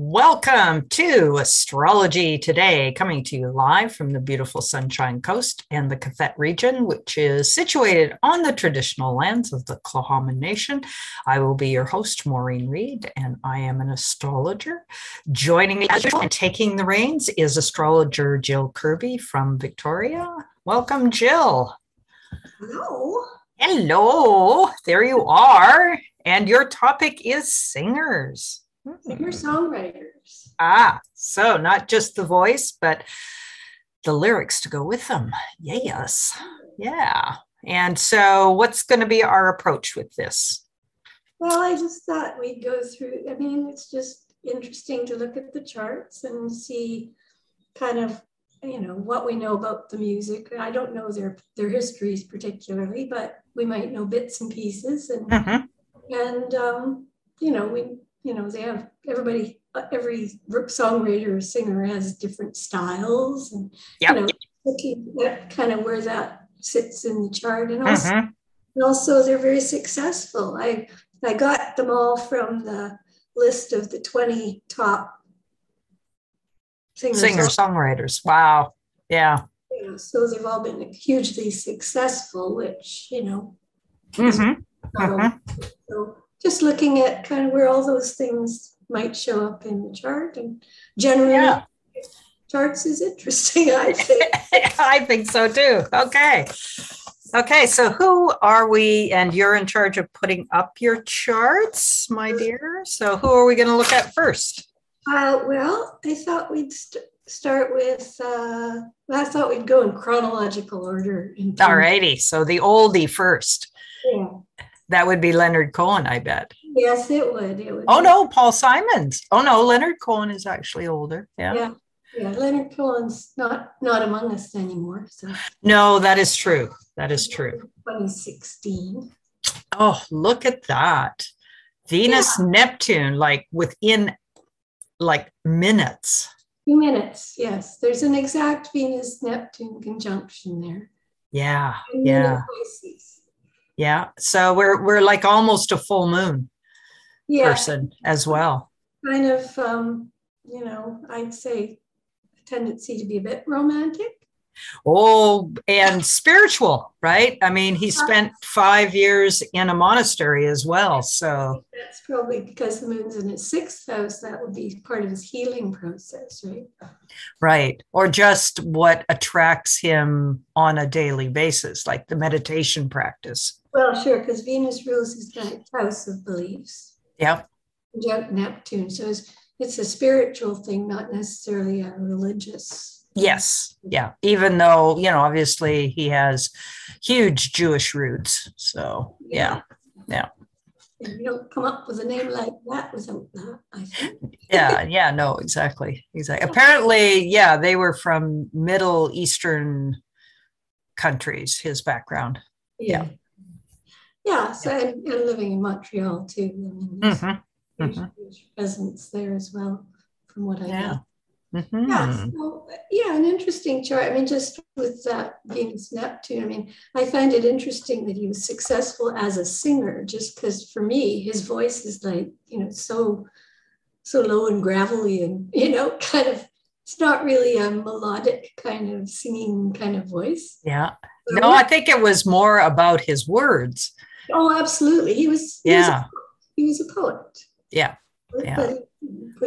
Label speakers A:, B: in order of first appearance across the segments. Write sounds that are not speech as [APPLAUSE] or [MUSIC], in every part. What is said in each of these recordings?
A: Welcome to Astrology Today, coming to you live from the beautiful Sunshine Coast and the Cathet region, which is situated on the traditional lands of the Klahoman Nation. I will be your host, Maureen Reed, and I am an astrologer. Joining me as usual and taking the reins is astrologer Jill Kirby from Victoria. Welcome, Jill.
B: Hello.
A: Hello. There you are. And your topic is singers. Hmm.
B: Singer songwriters.
A: Ah, so not just the voice, but the lyrics to go with them. Yes. Yeah. And so, what's going to be our approach with this?
B: Well, I just thought we'd go through. I mean, it's just interesting to look at the charts and see kind of you know what we know about the music i don't know their their histories particularly but we might know bits and pieces and
A: Mhm.
B: and um, you know we you know they have everybody every songwriter or singer has different styles and
A: Yep.
B: you know looking at kind of where that sits in the chart and also
A: Mhm.
B: and also they're very successful i i got them all from the list of the 20 top singers
A: Singer songwriters. Wow. Yeah.
B: You know, so they've all been hugely successful which you know
A: Mhm.
B: um, so just looking at kind of where all those things might show up in the chart and generally
A: Yeah.
B: charts is interesting [LAUGHS] i think
A: [LAUGHS] I think so too. Okay. Okay. So, who are we? And you're in charge of putting up your charts, my dear. So, who are we going to look at first?
B: Uh, well, I thought we'd st- start with, uh, I thought we'd go in chronological order. in terms-
A: All righty. So, the oldie first.
B: Yeah.
A: That would be Leonard Cohen, I bet.
B: Yes, it would. It would.
A: Oh no, Paul Simons. Oh no, Leonard Cohen is actually older. Yeah.
B: Yeah. Yeah, Leonard Cohen's not, not among us anymore. So
A: No, that is true. That is true.
B: 2016.
A: Oh, look at that. Venus Neptune like within like minutes.
B: Two minutes. Yes. There's an exact Venus Neptune conjunction there.
A: Yeah.
B: And then in
A: Yeah.
B: Pisces.
A: Yeah. So we're we're like almost a full moon
B: Yeah.
A: person as well.
B: Kind of, um, you know, I'd say a tendency to be a bit romantic.
A: Oh, and spiritual, right? I mean, he spent 5 years in a monastery as well. So,
B: That's probably because the moon's in his sixth house. That would be part of his healing process, right?
A: Right. Or just what attracts him on a daily basis, like the meditation practice.
B: Well, sure, because Venus rules his ninth house of beliefs,
A: Yep.
B: conjunct Neptune. So it's, it's a spiritual thing, not necessarily a religious.
A: Yes. Yeah. Even though, you know, obviously he has huge Jewish roots. So, yeah.
B: And you don't come up with a name like that without that, I think.
A: Yeah. Yeah. No, exactly. Exactly. Apparently, yeah, they were from Middle Eastern countries, his background. Yeah.
B: Yeah, so and, and living in Montreal too. I mean, there's
A: Mhm,
B: huge,
A: mhm.
B: huge presence there as well, from what I know.
A: Yeah.
B: Yeah,
A: Mhm.
B: so, yeah, an interesting chart. I mean, just with that Venus Neptune, I mean, I find it interesting that he was successful as a singer, just because for me, his voice is like, you know, so so low and gravelly and [LAUGHS] you know, kind of it's not really a melodic kind of singing kind of voice.
A: Yeah. No, I think it was more about his words.
B: oh, absolutely. He was he was a-
A: Yeah.
B: he was a poet.
A: Yeah.
B: But-
A: Yeah.
B: but-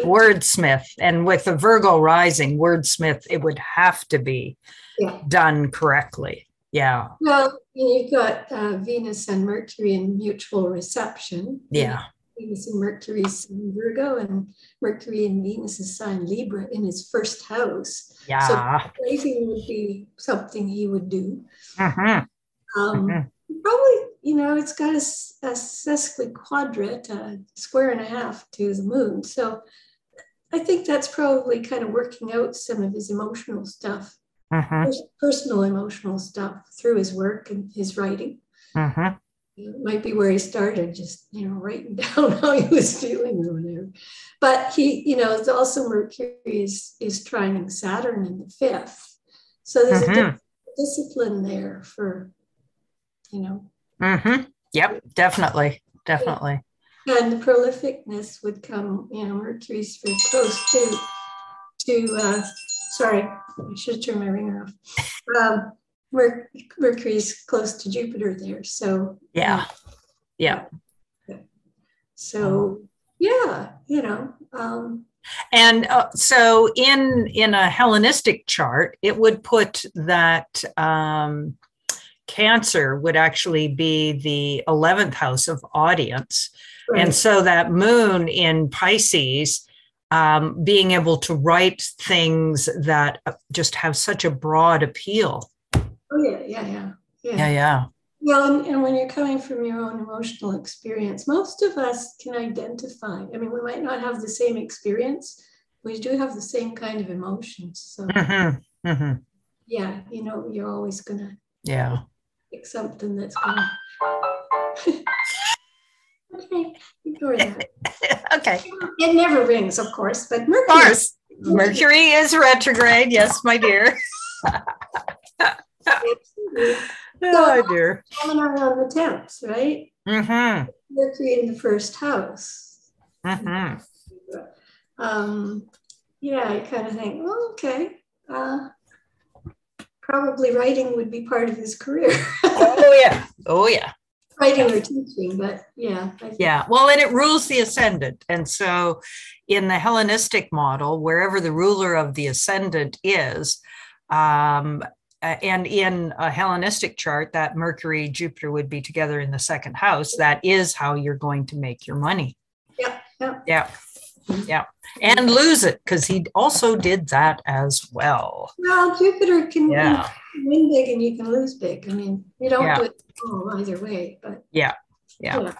A: wordsmith and with the virgo rising wordsmith it would have to be
B: Yeah.
A: done correctly yeah
B: Well, you've got uh, Venus and Mercury in mutual reception.
A: yeah
B: Venus and Mercury in Virgo, and Mercury and Venus' sign Libra in his first house.
A: yeah
B: Plating would be something he would do.
A: Mhm,
B: Um,
A: mhm.
B: Probably, you know, it's got a, s- a sesquiquadrat, a square and a half to the moon. So I think that's probably kind of working out some of his emotional stuff,
A: Mhm,
B: pers- personal emotional stuff through his work and his writing.
A: mhm.
B: It might be where he started, just you know, writing [LAUGHS] down how he was feeling or whatever. But he, you know, it's also Mercury is is trining Saturn in the fifth, so there's a
A: Mhm.
B: di- discipline there for, you know,
A: Mhm. yep mm-hmm. definitely definitely
B: and prolificness would come, you know, Mercury's very close to, to, uh, sorry, I should turn my ringer off. Um, Mer- Mercury's close to Jupiter there, so.
A: Yeah. Yeah.
B: So, yeah, you know, um,
A: And uh, so in in a Hellenistic chart, it would put that um, Cancer would actually be the 11th house of audience. And so that moon in Pisces, um, being able to write things that uh, just have such a broad appeal.
B: oh, yeah, yeah, yeah, yeah.
A: Yeah, yeah.
B: Well, and, and when you're coming from your own emotional experience, most of us can identify. I mean, we might not have the same experience, we do have the same kind of emotions. So,
A: Mm-hmm. Mm-hmm.
B: yeah, you know, you're always going to
A: Yeah.
B: pick something that's going to. okay, ignore that.
A: okay.
B: It never rings, of course, but Mercury.
A: Of course. Mercury is retrograde. Yes, my [LAUGHS] dear. Oh, dear.
B: Coming on the 10th, right?
A: Mm-hmm.
B: Mercury in the first house.
A: Mm-hmm.
B: um, yeah, I kind of think, well, okay. Uh, probably writing would be part of his career, [LAUGHS]
A: Oh yeah. Oh yeah.
B: writing or teaching, but yeah. I think-
A: Yeah. Well, and it rules the ascendant. And so in the Hellenistic model, wherever the ruler of the ascendant is, um, a- and in a Hellenistic chart, that Mercury, Jupiter would be together in the second house. That is how you're going to make your money.
B: Yep, yep.
A: Yeah. Yeah. And lose it because he also did that as well.
B: Well, Jupiter can
A: Yeah.
B: you can win big and you can lose big. I mean, you don't
A: Yeah.
B: do it all either way, but
A: Yeah, yeah.
B: yeah.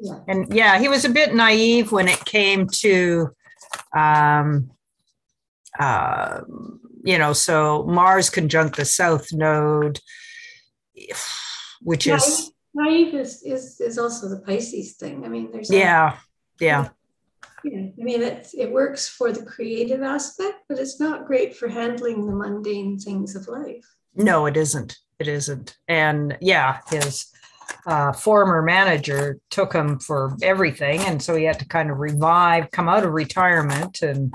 B: yeah.
A: and yeah, he was a bit naive when it came to, um, uh, you know, so Mars conjunct the South Node, which is
B: Naive is, is, is also the Pisces thing. I mean, there's a-
A: yeah, yeah,
B: Yeah, I mean, it, it works for the creative aspect, but it's not great for handling the mundane things of life.
A: no, it isn't, it isn't, and yeah, his uh, former manager took him for everything, and so he had to kind of revive, come out of retirement, and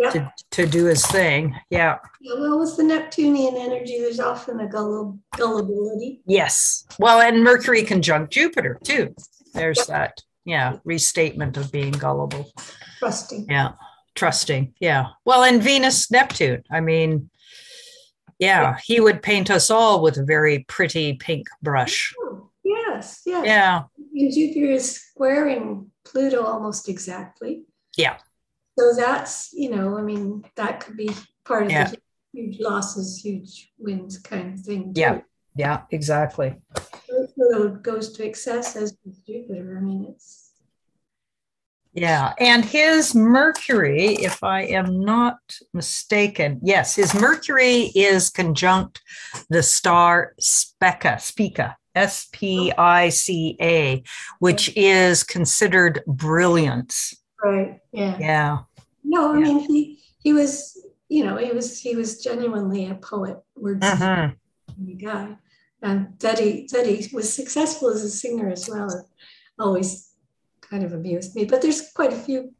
B: Yeah.
A: to to do his thing. Yeah.
B: Yeah, well, with the Neptunian energy, there's often a gulli- gullibility.
A: Yes. Well, and Mercury conjunct Jupiter too. There's that. Yeah. Restatement of being gullible.
B: Trusting.
A: Yeah. Trusting. Yeah. Well, and Venus, Neptune. I mean, yeah, he would paint us all with a very pretty pink brush.
B: Oh, yes, yes.
A: Yeah.
B: And Jupiter is squaring Pluto almost exactly.
A: Yeah.
B: So that's, you know, I mean, that could be part of
A: Yeah.
B: the huge losses, huge wins kind of thing. too.
A: Yeah. Yeah. Exactly.
B: Pluto goes to excess as with Jupiter. I mean, it's.
A: Yeah. And his Mercury, if I am not mistaken, yes, his Mercury is conjunct the star Speca, Spica, S P I C A, which is considered brilliance.
B: Right. Yeah.
A: Yeah.
B: No, I
A: Yeah.
B: mean he he was you know he was he was genuinely a poet, wordsmith
A: Mhm.
B: guy, and that he that he was successful as a singer as well. Always kind of amused me, but there's quite a few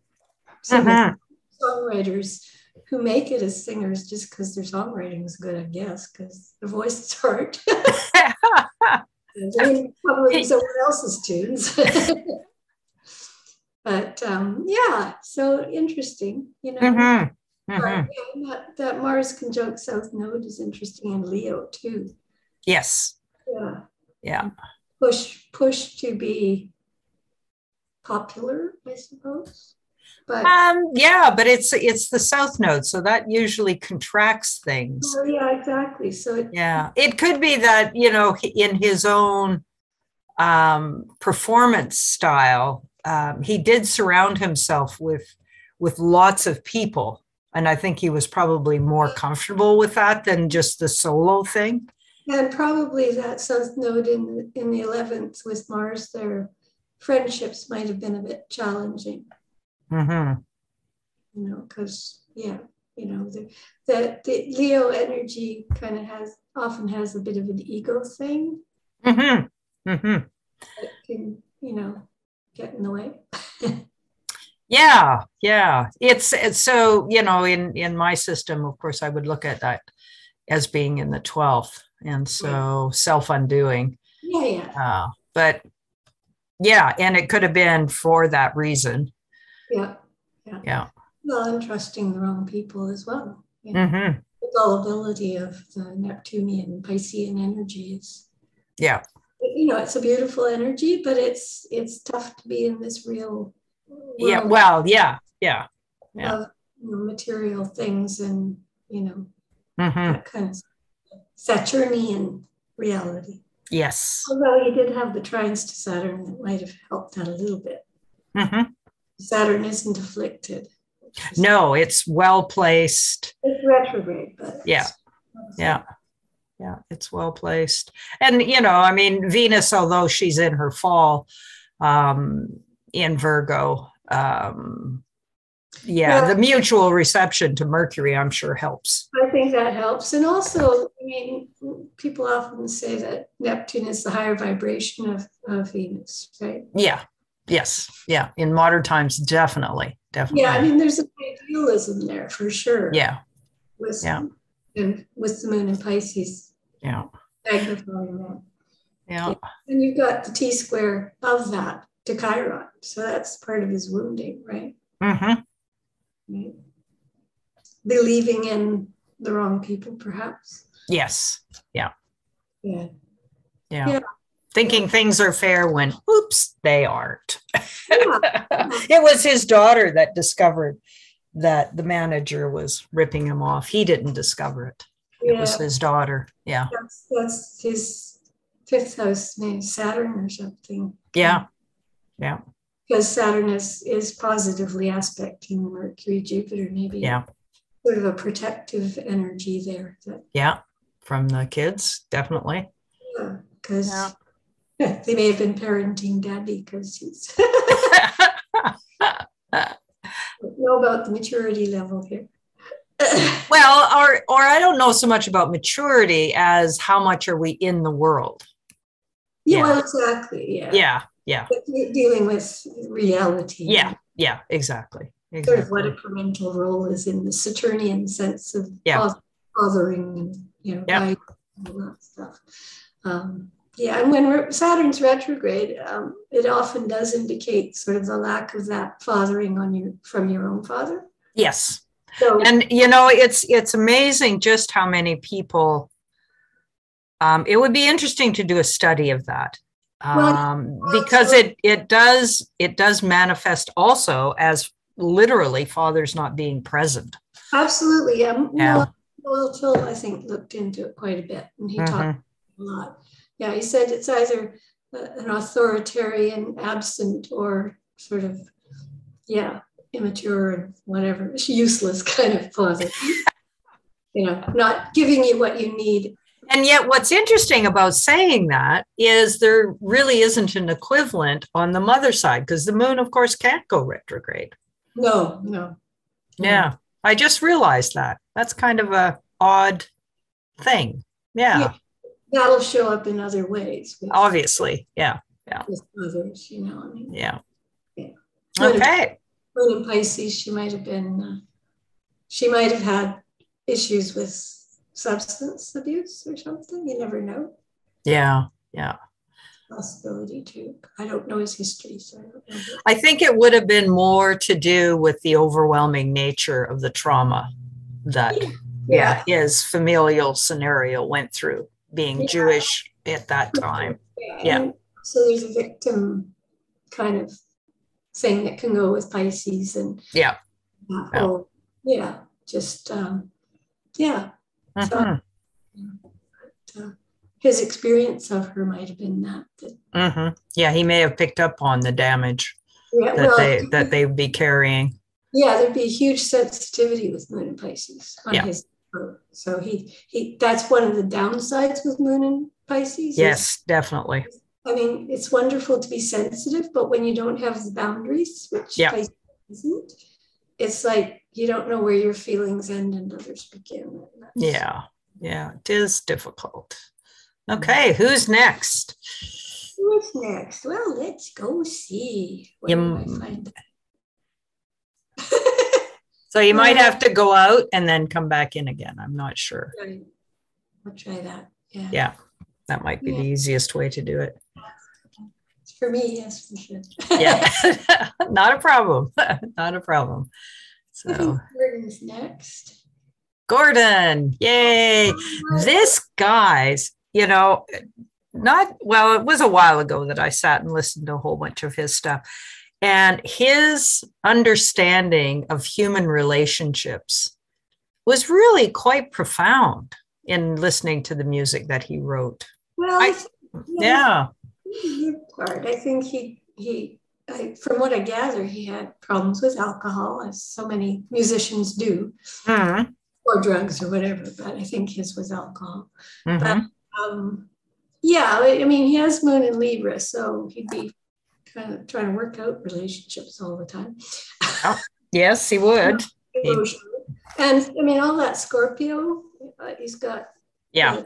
B: singers,
A: Mhm.
B: songwriters who make it as singers just because their songwriting is good, I guess, because their voices [LAUGHS] aren't. I mean, probably someone else's tunes. [LAUGHS] but um, yeah, so interesting, you know.
A: Mhm. Mhm.
B: Right, yeah, That, that Mars conjunct South Node is interesting in Leo too.
A: Yes.
B: Yeah.
A: Yeah.
B: Push push to be popular, I suppose. But
A: Um, yeah, but it's it's the south node, so that usually contracts things.
B: oh, yeah, exactly. So it,
A: Yeah, it could be that you know he- in his own um, performance style, um, he did surround himself with with lots of people, and I think he was probably more comfortable with that than just the solo thing.
B: and probably that South Node in in the eleventh with Mars, their friendships might have been a bit challenging,
A: hmm
B: you know, because yeah, you know, the, that the Leo energy kind of has often has a bit of an ego thing.
A: hmm hmm
B: that can, you know, get in the way.
A: yeah yeah it's, it's so you know in in my system of course i would look at that as being in the 12th and so self undoing
B: yeah, yeah,
A: uh, but yeah and it could have been for that reason
B: yeah.
A: yeah
B: Well, and trusting the wrong people as well. You know,
A: hmm
B: The gullibility of the Neptunian Piscean energy is,
A: yeah
B: you know, it's a beautiful energy, but it's it's tough to be in this real world
A: yeah well yeah yeah yeah.
B: of you know, material things and you know
A: hmm
B: that kind of Saturnian reality.
A: yes
B: Although you did have the trines to Saturn that might have helped out a little bit.
A: hmm
B: Saturn isn't afflicted.
A: no it's well placed
B: It's retrograde, but
A: Yeah. Yeah. Yeah, it's well placed. And you know, I mean, Venus, although she's in her fall um in Virgo, um yeah,
B: Yeah.
A: the mutual reception to Mercury, I'm sure helps.
B: I think that helps. And also, I mean, people often say that Neptune is the higher vibration of, of Venus, right?
A: Yeah. Yes. Yeah. In modern times, definitely. Definitely.
B: Yeah, I mean, there's an idealism there for sure.
A: yeah.
B: With,
A: yeah.
B: And with the moon in Pisces
A: Yeah.
B: magnifying that.
A: Yeah.
B: And you've got the T square of that to Chiron. So that's part of his wounding, right?
A: Mm-hmm.
B: right? Believing in the wrong people, perhaps.
A: Yes.
B: Yeah.
A: Yeah.
B: Yeah.
A: Thinking things are fair when oops, they aren't.
B: yeah.
A: [LAUGHS] it was his daughter that discovered that the manager was ripping him off. He didn't discover it. It
B: yeah.
A: was his daughter. Yeah.
B: That's, that's his fifth house, maybe Saturn or something.
A: Yeah.
B: Because Saturn is, is positively aspecting Mercury, Jupiter, maybe.
A: Yeah.
B: Sort of a protective energy there. That,
A: Yeah. From the kids, definitely. [LAUGHS]
B: yeah. Because
A: Yeah.
B: [LAUGHS] they may have been parenting daddy because he's. [LAUGHS] know about the maturity level here. [LAUGHS]
A: well, or or I don't know so much about maturity as how much are we in the world. Yeah.
B: yeah, well, exactly. Yeah.
A: Yeah. Yeah.
B: But de- dealing with reality.
A: Yeah. Yeah. Exactly.
B: Sort of
A: Exactly.
B: what a parental role is in the Saturnian sense of
A: Yeah.
B: fath- fathering and you know
A: Yeah.
B: guiding and all that stuff. Um, yeah, and when re- Saturn's retrograde, um, it often does indicate sort of the lack of that fathering on you from your own father.
A: Yes.
B: So
A: and you know it's it's amazing just how many people um, it would be interesting to do a study of that
B: Well,
A: um, because it it does it does manifest also as literally fathers not being present
B: absolutely, yeah.
A: Yeah.
B: Noel, Noel Till, I think, looked into it quite a bit, and he talked
A: Mhm.
B: a lot. Yeah, he said it's either uh, an authoritarian, absent, or sort of, yeah, immature and whatever, useless kind of father. you know, not giving you what you need.
A: and yet what's interesting about saying that is there really isn't an equivalent on the mother side because the moon of course can't go retrograde
B: No, no.
A: yeah i just realized that that's kind of a odd thing yeah.
B: Yeah. That'll show up in other ways with,
A: obviously yeah
B: with others, you know. I mean,
A: yeah
B: Yeah.
A: okay
B: Moon in Pisces, she might have been, uh, she might have had issues with substance abuse or something. You never know.
A: yeah yeah
B: possibility too. I don't know his history, so I don't know.
A: i think it would have been more to do with the overwhelming nature of the trauma that
B: Yeah.
A: yeah, his familial scenario went through being
B: Yeah.
A: jewish at that time Yeah.
B: And So there's a victim kind of thing that can go with Pisces and
A: Yeah.
B: that
A: Yeah.
B: whole- yeah, just um, yeah.
A: Mhm,
B: uh, his experience of her might have been that. that-
A: mhm. yeah he may have picked up on the damage
B: yeah,
A: that
B: well,
A: they that they would be carrying
B: yeah, there'd be a huge sensitivity with Moon and Pisces on
A: Yeah.
B: his. part. So he he that's one of the downsides with Moon and Pisces. is
A: yes definitely
B: I mean, it's wonderful to be sensitive, but when you don't have the boundaries, which
A: Yeah.
B: Pisces isn't, it's like you don't know where your feelings end and others begin. And that's-
A: yeah yeah it is difficult okay who's next
B: what's next? Well, let's go see. Where
A: You
B: do I
A: m- [LAUGHS]
B: find that?
A: So you might
B: Yeah.
A: have to go out and then come back in again. I'm not sure.
B: Right. I'll try that. Yeah.
A: Yeah. That might be the
B: Yeah.
A: easiest way to do it.
B: For me, yes, for sure. [LAUGHS]
A: Yeah. [LAUGHS] not a problem. not a problem.
B: I think
A: So
B: Gordon's next.
A: Gordon, yay. this guy's you know not well it was a while ago that i sat and listened to a whole bunch of his stuff and his understanding of human relationships was really quite profound in listening to the music that he wrote
B: Well,
A: I-
B: think-
A: yeah
B: Your part. I think he he I, from what I gather, he had problems with alcohol, as so many musicians do,
A: Mhm.
B: or drugs or whatever. But I think his was alcohol.
A: Mhm.
B: Um, yeah, I I mean, he has Moon in Libra, so he'd be kind of trying to work out relationships all the time.
A: yes he would He-
B: Emotionally. And I mean, all that Scorpio, uh, he's got
A: yeah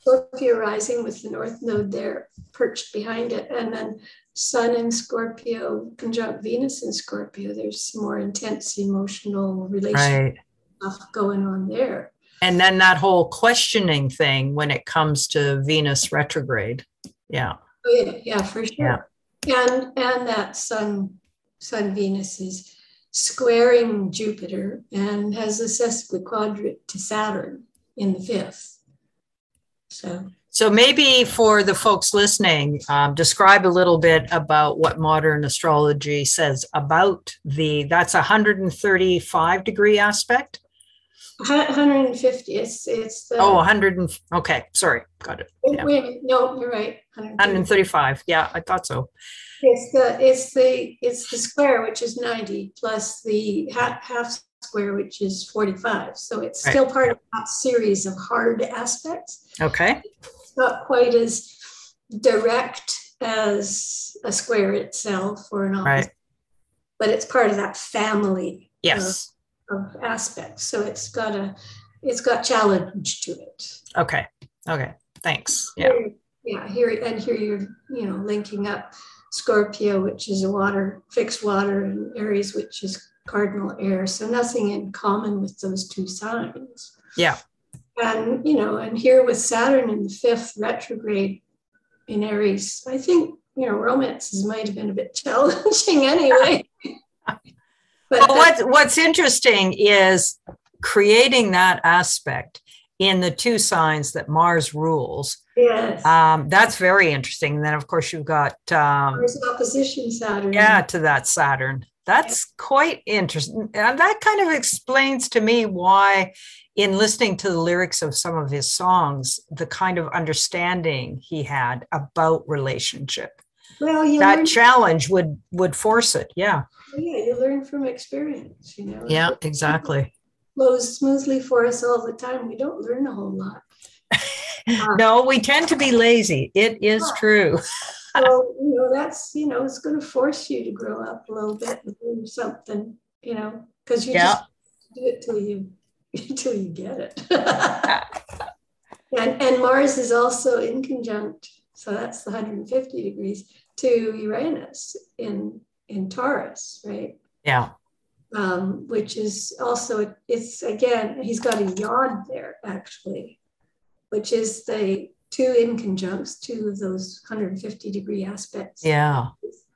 B: Scorpio rising with the north node there perched behind it, and then Sun in Scorpio conjunct Venus in Scorpio. There's some more intense emotional relationship
A: right
B: stuff going on there.
A: and then that whole questioning thing when it comes to venus retrograde yeah
B: Oh, yeah, yeah, for sure. And and that Sun Sun Venus is squaring Jupiter and has a sesquiquadrate to Saturn in the fifth. So
A: So maybe for the folks listening, um, describe a little bit about what modern astrology says about the that's a 135 degree aspect.
B: 150. It's it's the
A: Oh, 100 and okay, sorry, got it.
B: wait,
A: yeah.
B: wait a minute, no, you're right. 150.
A: 135. Yeah, I thought so.
B: It's the, it's the, it's the square, which is ninety, plus the half, half square, which is forty-five. So it's
A: Right.
B: still part of that series of hard aspects.
A: Okay.
B: It's not quite as direct as a square itself or an
A: Right.
B: opposite. But it's part of that family
A: Yes.
B: of aspects. So it's got a, it's got challenge to it.
A: Okay. Okay. Thanks. Yeah.
B: Yeah, here and here you're, you know, linking up Scorpio, which is a water, fixed water, and Aries, which is cardinal air. So nothing in common with those two signs.
A: Yeah.
B: And you know, and here with Saturn in the fifth retrograde in Aries, I think you know romances might have been a bit [LAUGHS] challenging anyway. but
A: [LAUGHS] Well, what's what's interesting is creating that aspect in the two signs that Mars rules.
B: yes,
A: Um, that's very interesting. And then of course you've got um,
B: there's opposition Saturn.
A: yeah to that saturn that's quite interesting and that kind of explains to me why in listening to the lyrics of some of his songs the kind of understanding he had about relationship
B: Well, you
A: that
B: learn,
A: challenge would would force it yeah
B: yeah, you learn from experience. You know.
A: yeah exactly
B: flows smoothly for us all the time. We don't learn a whole lot.
A: no we tend to be lazy it is true
B: So, you know, that's, you know, it's going to force you to grow up a little bit and learn something, you know, because you
A: Yeah.
B: just do it till you [LAUGHS] till you get it. [LAUGHS] and, and Mars is also in conjunct, so that's the 150 degrees to Uranus in in Taurus, right?
A: yeah
B: um, which is also it's again he's got a yod there actually, which is the two in conjuncts, two of those 150 degree aspects,
A: yeah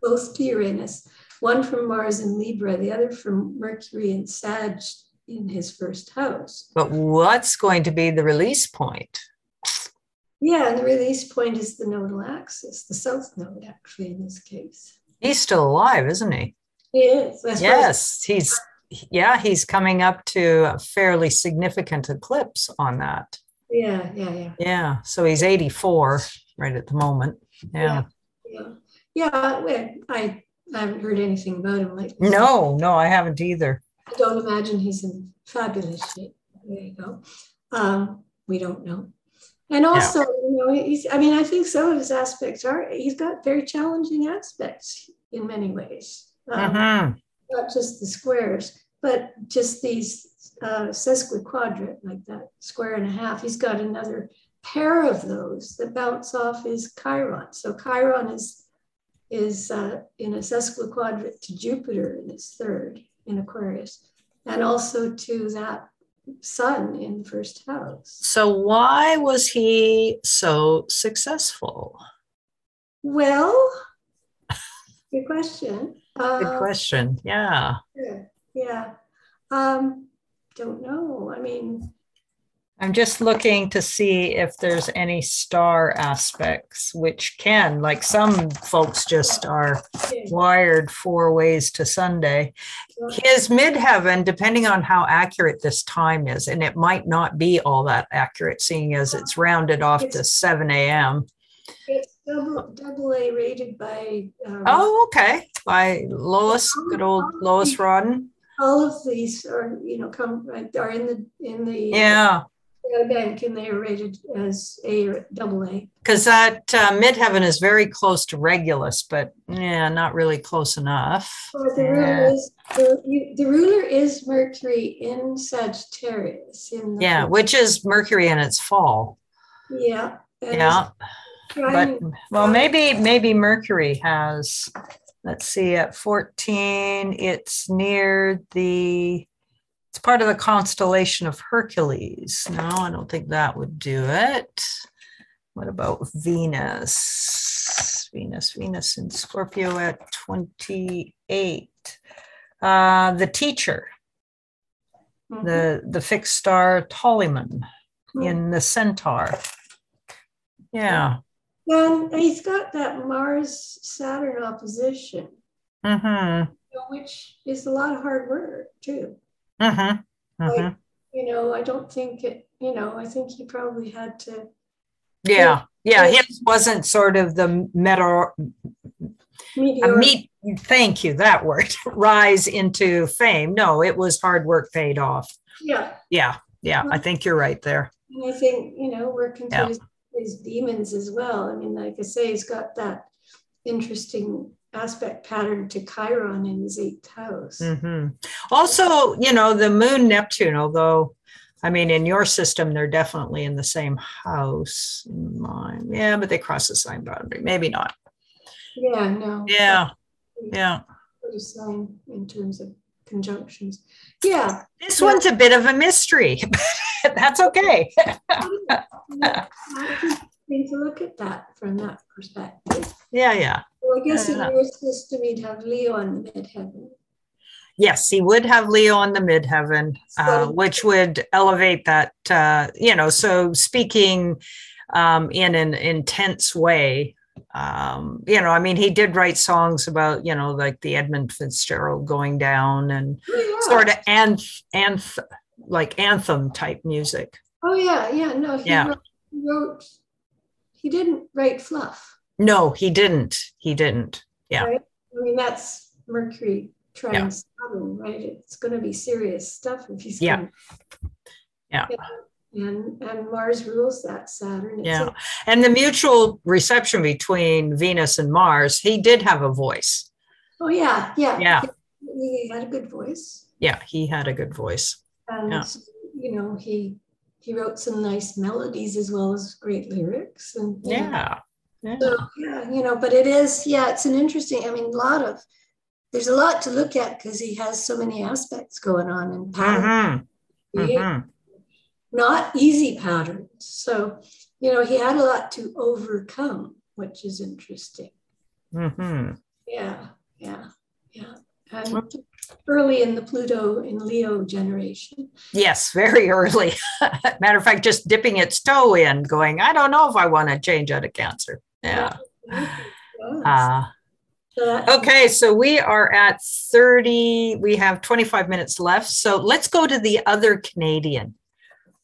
B: both to Uranus, one from Mars in Libra, the other from Mercury and Sag in his first house.
A: but what's going to be the release point
B: Yeah, and the release point is the nodal axis, the south node actually in this case.
A: he's still alive isn't he
B: Yes, that's right.
A: Yes, he's yeah, he's coming up to a fairly significant eclipse on that.
B: Yeah, yeah, yeah.
A: Yeah, so he's 84 right at the moment. Yeah.
B: Yeah, yeah. well, I, I haven't heard anything about him lately.
A: No, no, I haven't either.
B: I don't imagine he's in fabulous shape. There you go. Um, we don't know. And also, you know, he's, I mean, I think some of his aspects are, he's got very challenging aspects in many ways, um,
A: Mhm.
B: not just the squares, but just these uh, sesquiquadrate, like that square and a half. He's got another pair of those that bounce off is Chiron. So Chiron is is uh, in a sesquiquadrate to Jupiter in its third in Aquarius, and also to that sun in the first house.
A: So why was he so successful?
B: Well, good question.
A: Good
B: Uh,
A: question. Yeah.
B: yeah, yeah. Um, don't know. I mean,
A: I'm just looking to see if there's any star aspects which can, like some folks just are
B: yeah,
A: wired four ways to Sunday.
B: well,
A: His midheaven, depending on how accurate this time is, and it might not be all that accurate, seeing as it's rounded off to 7 a.m.
B: it's double double A rated by um,
A: Oh, okay. By Lois, good old Lois Rodden.
B: all of these are you know come uh, are in the in the
A: Yeah.
B: uh, bank and they are rated as A or double A.
A: because that uh, midheaven is very close to Regulus, but yeah, not really close enough.
B: Well, the ruler
A: Yeah,
B: is the, you, the ruler is Mercury in Sagittarius in the
A: yeah, which is Mercury in its fall.
B: yeah and
A: Yeah, but
B: trying-
A: well, maybe maybe Mercury has. Let's see, at fourteen, it's near the. It's part of the constellation of Hercules. No, I don't think that would do it. What about Venus? Venus, Venus in Scorpio at 28. Uh, the teacher,
B: Mhm.
A: the, the fixed star Tollyman in the Centaur. Hmm. Yeah.
B: Well, Mm-hmm. he's got that Mars Saturn opposition,
A: Mm-hmm.
B: you know, which is a lot of hard work too.
A: Mm-hmm.
B: Like,
A: hmm
B: you know, I don't think it. You know, I think he probably had to.
A: Yeah. Yeah.
B: Yeah.
A: His wasn't sort of the meteor, a
B: Meteor.
A: meet, thank you, that word, [LAUGHS] rise into fame. No, it was hard work paid off.
B: yeah,
A: Yeah. Yeah. I think you're right there.
B: and I think you know working
A: Yeah.
B: through his, his demons as well. I mean, like I say, he's got that interesting aspect pattern to Chiron in his eighth house.
A: hmm Also, you know, the moon Neptune, although, I mean, in your system, they're definitely in the same house in mine. Yeah, but they cross the same boundary. Maybe not.
B: Yeah, no.
A: Yeah. Yeah.
B: Sort of sign in terms of conjunctions.
A: [LAUGHS]
B: Yeah.
A: This one's a bit of a mystery, [LAUGHS] but that's okay.
B: I need to look at that from that perspective.
A: Yeah. Yeah.
B: Well, I guess in
A: Yeah.
B: your system, you'd have Leo on the midheaven.
A: Yes, he would have Leo on the midheaven, uh,
B: So-
A: which would elevate that, uh, you know, so speaking um, in an intense way. Um, you know, I mean, he did write songs about, you know, like the Edmund Fitzgerald going down and
B: Oh, yeah.
A: sort of anth, anth, like anthem type music.
B: Oh, yeah, yeah, no, he
A: Yeah.
B: wrote, he wrote, he didn't write fluff.
A: No, he didn't. He didn't. Yeah.
B: Right? I mean, that's Mercury
A: Yeah.
B: trans Saturn, right? It's going to be serious stuff if he's
A: Yeah.
B: gonna-
A: Yeah.
B: And, and Mars rules that Saturn. It's
A: Yeah.
B: like-
A: And the mutual reception between Venus and Mars, he did have a voice.
B: Oh, yeah, yeah.
A: Yeah.
B: He had a good voice.
A: Yeah, he had a good voice.
B: And
A: Yeah.
B: you know, he he wrote some nice melodies as well as great lyrics. And you know,
A: Yeah. Yeah.
B: so, yeah, you know, but it is, yeah, it's an interesting, I mean, a lot of there's a lot to look at because he has so many aspects going on and patterns.
A: hmm
B: create Not easy patterns. So, you know, he had a lot to overcome, which is interesting.
A: hmm
B: Yeah, yeah, yeah. And early in the Pluto in Leo generation.
A: Yes, very [LAUGHS] early. Matter of fact, just dipping its toe in, going, I don't know if I want to change out of cancer. Yeah.
B: Yeah.
A: Uh,
B: So that-
A: okay, so we are at 30, we have 25 minutes left. So let's go to the other Canadian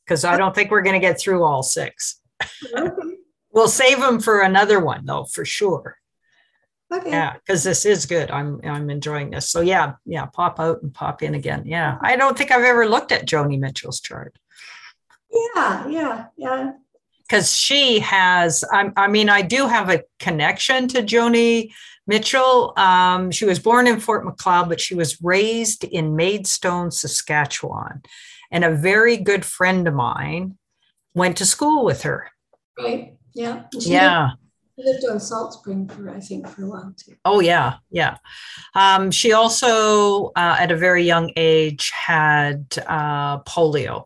A: because I don't think we're going to get through all six.
B: Okay.
A: We'll save them for another one, though, for sure.
B: okay.
A: Yeah, because this is good. I'm I'm enjoying this. So yeah, yeah, pop out and pop in again. Yeah, I don't think I've ever looked at Joni Mitchell's chart.
B: Yeah, yeah, yeah.
A: because she has I, I mean i do have a connection to joni mitchell um, she was born in fort mcleod but she was raised in maidstone saskatchewan and a very good friend of mine went to school with her
B: right? Yeah. And she
A: Yeah.
B: lived, lived on Salt Spring for I think for a while too.
A: Oh, yeah. Yeah. Um, she also, uh, at a very young age, had uh, polio.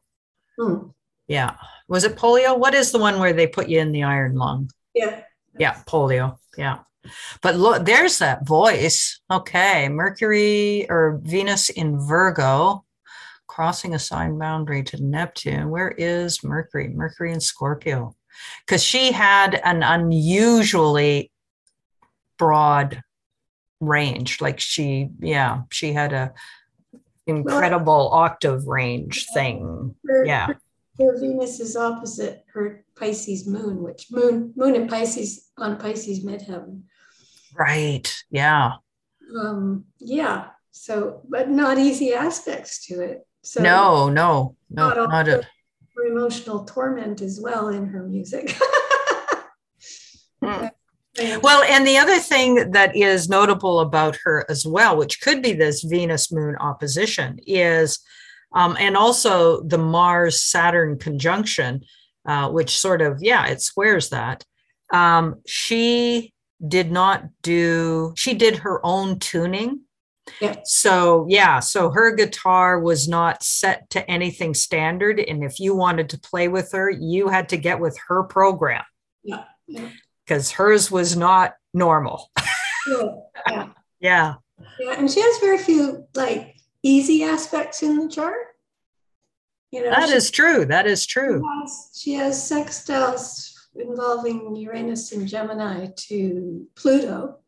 B: Hmm.
A: Yeah. Was it polio? What is the one where they put you in the iron lung?
B: Yeah.
A: Yeah, polio. Yeah. But look, there's that voice. Okay. Mercury or Venus in Virgo, crossing a sign boundary to Neptune. Where is Mercury? Mercury in Scorpio. Because she had an unusually broad range. Like she, yeah, she had a incredible octave range thing.
B: Her,
A: Yeah.
B: Her, her Venus is opposite her Pisces moon, which moon moon and Pisces on Pisces midheaven.
A: Right. Yeah.
B: Um, yeah. So, but not easy aspects to it. So
A: no, no, no,
B: Not all-
A: not it.
B: her emotional torment as well in her music. [LAUGHS]
A: Hmm.
B: And-
A: Well, and the other thing that is notable about her as well, which could be this Venus Moon opposition, is, um, and also the Mars Saturn conjunction, uh, which sort of, yeah, it squares that. Um, she did not do, she did her own tuning.
B: Yeah.
A: So, yeah, so her guitar was not set to anything standard. And if you wanted to play with her, you had to get with her program
B: Yeah, yeah.
A: because hers was not normal.
B: yeah,
A: Yeah.
B: yeah. And she has very few like easy aspects in the chart. You know,
A: That
B: she-
A: is true. That is true.
B: has- She has sextiles involving Uranus and Gemini to Pluto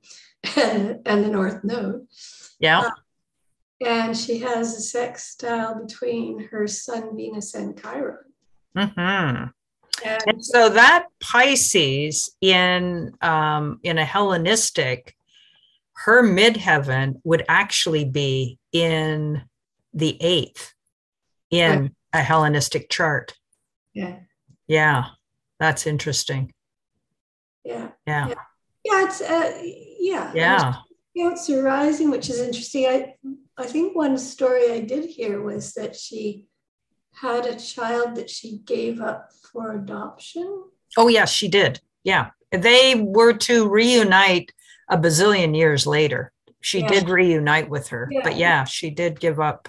B: and, and the North Node.
A: Yeah.
B: And she has a sextile between her Sun, Venus, and Chiron.
A: hmm
B: And
A: And so that Pisces in um, in a Hellenistic, her midheaven would actually be in the eighth in a Hellenistic chart.
B: yeah,
A: Yeah. That's interesting.
B: yeah,
A: Yeah.
B: Yeah. yeah, it's uh, yeah,
A: Yeah.
B: You know, it's arising, which is interesting. I I think one story I did hear was that she had a child that she gave up for adoption.
A: Oh, yes, she did. Yeah. They were to reunite a bazillion years later. She
B: Yeah.
A: did reunite with her, but
B: Yeah.
A: yeah, she did give up.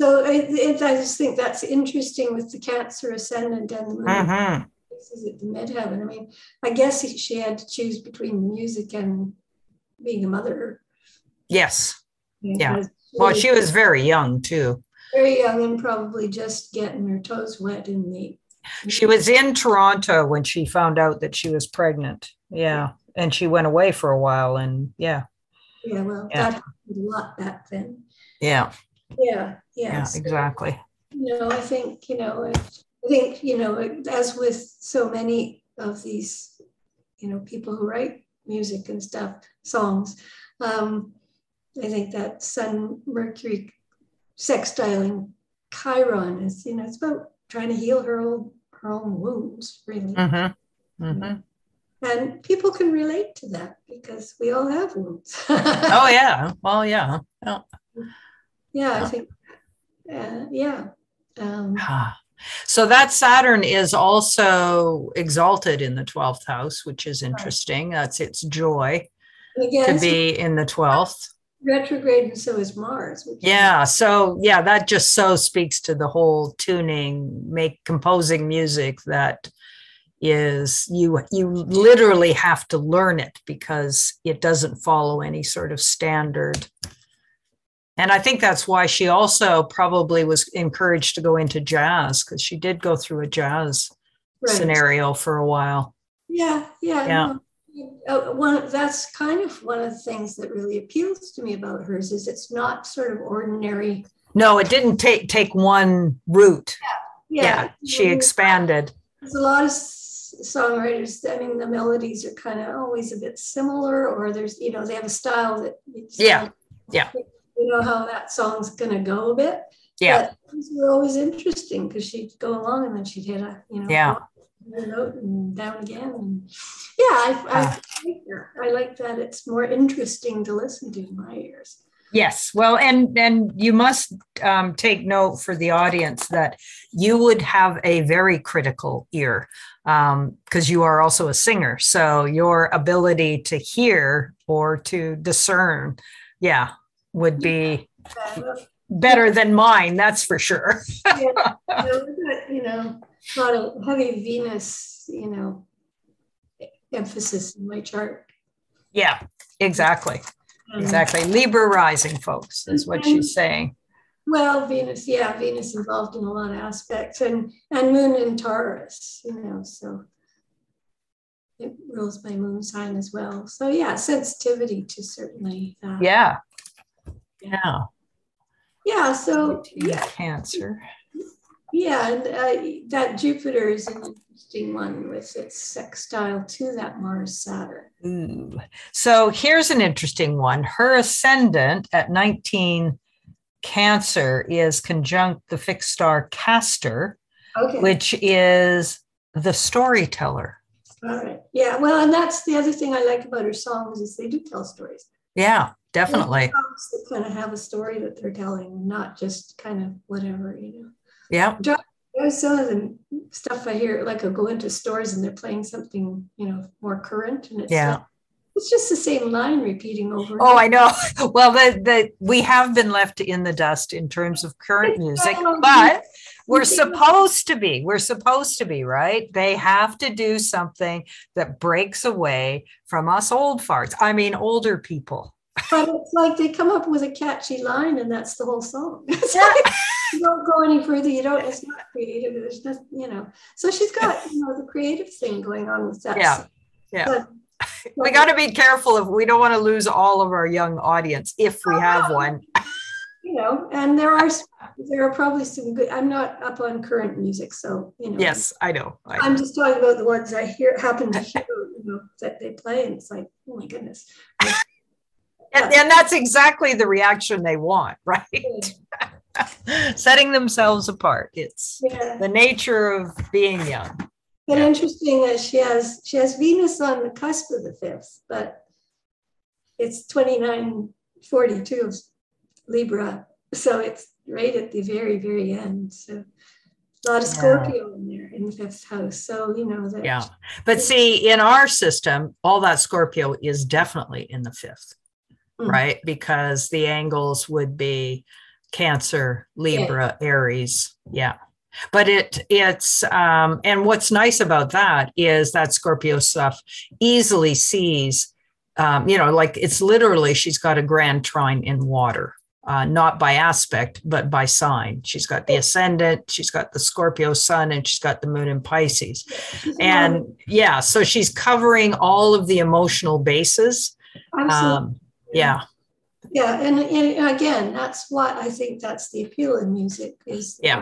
B: So I, it, I just think that's interesting with the Cancer ascendant and the moon
A: Mhm.
B: phases at the midheaven. I mean, I guess he- she had to choose between the music and being a mother.
A: Yes.
B: you know,
A: Yeah.
B: 'cause
A: Well, she was very young too.
B: very young and probably just getting her toes wet in the.
A: She was in Toronto when she found out that she was pregnant. Yeah. And she went away for a while and yeah.
B: Yeah, well,
A: Yeah.
B: that happened a lot back then.
A: Yeah.
B: Yeah,
A: Yeah,
B: yeah.
A: exactly.
B: You know, I think, you know, I I think, you know, as with so many of these, you know, people who write music and stuff, songs, um, I think that Sun Mercury sextiling Chiron is, you know, it's about trying to heal her old her own wounds, really.
A: Mhm. Mhm.
B: And people can relate to that because we all have wounds. [LAUGHS]
A: Oh yeah. Well, yeah. [SIGHS]
B: yeah, I think, uh, yeah. Um,
A: Ah. So that Saturn is also exalted in the 12th house, which is interesting. That's its joy
B: and again,
A: to
B: it's
A: be in the 12th.
B: retrograde and so is Mars. Which
A: Yeah. So yeah, that just so speaks to the whole tuning, make composing music that is you you literally have to learn it because it doesn't follow any sort of standard. And I think that's why she also probably was encouraged to go into jazz because she did go through a jazz
B: is right.
A: scenario for a while.
B: Yeah, yeah.
A: Yeah.
B: no. Uh, one that's kind of one of the things that really appeals to me about hers is it's not sort of ordinary.
A: No, it didn't take take one route. yeah she expanded.
B: There's a lot of s- songwriters. I mean, the melodies are kind of always a bit similar, or there's you know they have a style that. It's
A: Yeah, yeah.
B: You know how that song's gonna go a bit.
A: Yeah.
B: But these were always interesting because she'd go along and then she'd hit a you know
A: Yeah.
B: another note and down again. And
A: Ah.
B: yeah, I, I, I like her. I like that it's more interesting to listen to in my ears.
A: Yes, well, and and you must um, take note for the audience that you would have a very critical ear because um, you are also a singer. So your ability to hear or to discern, yeah, would be
B: uh,
A: better than mine. That's for sure. [LAUGHS]
B: yeah, no, we've got, you know, a lot of heavy Venus, you know, emphasis in my chart.
A: Yeah, exactly.
B: Mm-hmm.
A: Exactly. Libra rising, folks, is what she's saying.
B: Well, Venus, yeah, Venus involved in a lot of aspects, and and Moon in Taurus, you know, so it rules my moon sign as well. So yeah, sensitivity to certainly. uh, That.
A: Yeah. Yeah.
B: Yeah. So yeah,
A: Cancer.
B: yeah, and uh, that Jupiter is an interesting one with its sextile to that Mars Saturn.
A: Ooh. So here's an interesting one. Her ascendant at 19 Cancer is conjunct the fixed star Castor,
B: Okay.
A: which is the storyteller.
B: All right. Yeah. Well, and that's the other thing I like about her songs is they do tell stories.
A: Yeah, definitely.
B: Songs that kind of have a story that they're telling, not just kind of whatever, you know.
A: Yeah.
B: There's some of the stuff I hear, like I'll go into stores and they're playing something, you know, more current, and it's
A: Yeah.
B: like, it's just the same line repeating over.
A: Oh, I know. [LAUGHS] Well, the, the, we have been left in the dust in terms of current music,
B: um,
A: but
B: [LAUGHS]
A: we're supposed to be. We're supposed to be, right? They have to do something that breaks away from us old farts. I mean, older people.
B: But it's like they come up with a catchy line, and that's the whole song. [LAUGHS] It's like, you don't go any further. You don't. It's not creative. There's nothing, you know. So she's got you know the creative thing going on with that.
A: Yeah.
B: song.
A: Yeah.
B: But-
A: [LAUGHS] We got to be careful if we don't want to lose all of our young audience, if we have one.
B: you know, and there are there are probably some good. I'm not up on current music, so you know.
A: Yes, I know. I
B: I'm just talking about the ones I hear happen to hear, you know, that they play, and it's like, oh my goodness.
A: And, and that's exactly the reaction they want, [LAUGHS] right? Setting themselves apart. It's
B: Yeah.
A: the nature of being young.
B: But interesting that she has she has Venus on the cusp of the fifth, but it's 2942 of Libra. So it's right at the very, very end. So a lot of
A: Yeah.
B: Scorpio in there in the fifth house. So you know that
A: Yeah. But see, in our system, all that Scorpio is definitely in the fifth,
B: Mm.
A: right? Because the angles would be Cancer, Libra, Aries. Yeah. But it it's um, and what's nice about that is that Scorpio stuff easily sees, um, you know, like it's literally she's got a grand trine in water, uh, not by aspect but by sign. She's got the ascendant, she's got the Scorpio sun, and she's got the moon in Pisces
B: she's not-
A: and yeah so she's covering all of the emotional bases
B: absolutely.
A: um yeah
B: Yeah, and, and again, that's what I think that's the appeal in music is that
A: Yeah.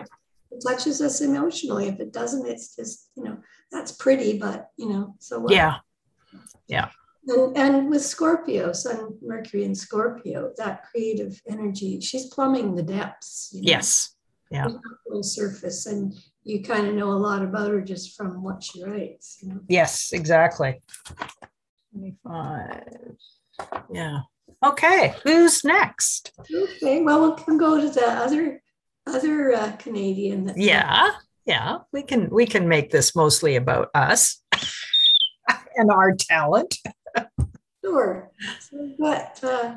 B: it touches us emotionally. If it doesn't, it's just, you know, that's pretty, but you know, so what?
A: yeah
B: And and with Scorpio, Sun, Mercury and Scorpio, that creative energy, she's plumbing the depths. you know,
A: yes yeah.
B: there's not no surface. And you kind of know a lot about her just from what she writes, you know.
A: yes exactly 25 yeah okay who's next
B: Okay, well, we can go to the other other uh, Canadian that
A: yeah yeah we can we can make this mostly about us [LAUGHS] and our talent
B: Sure. But uh,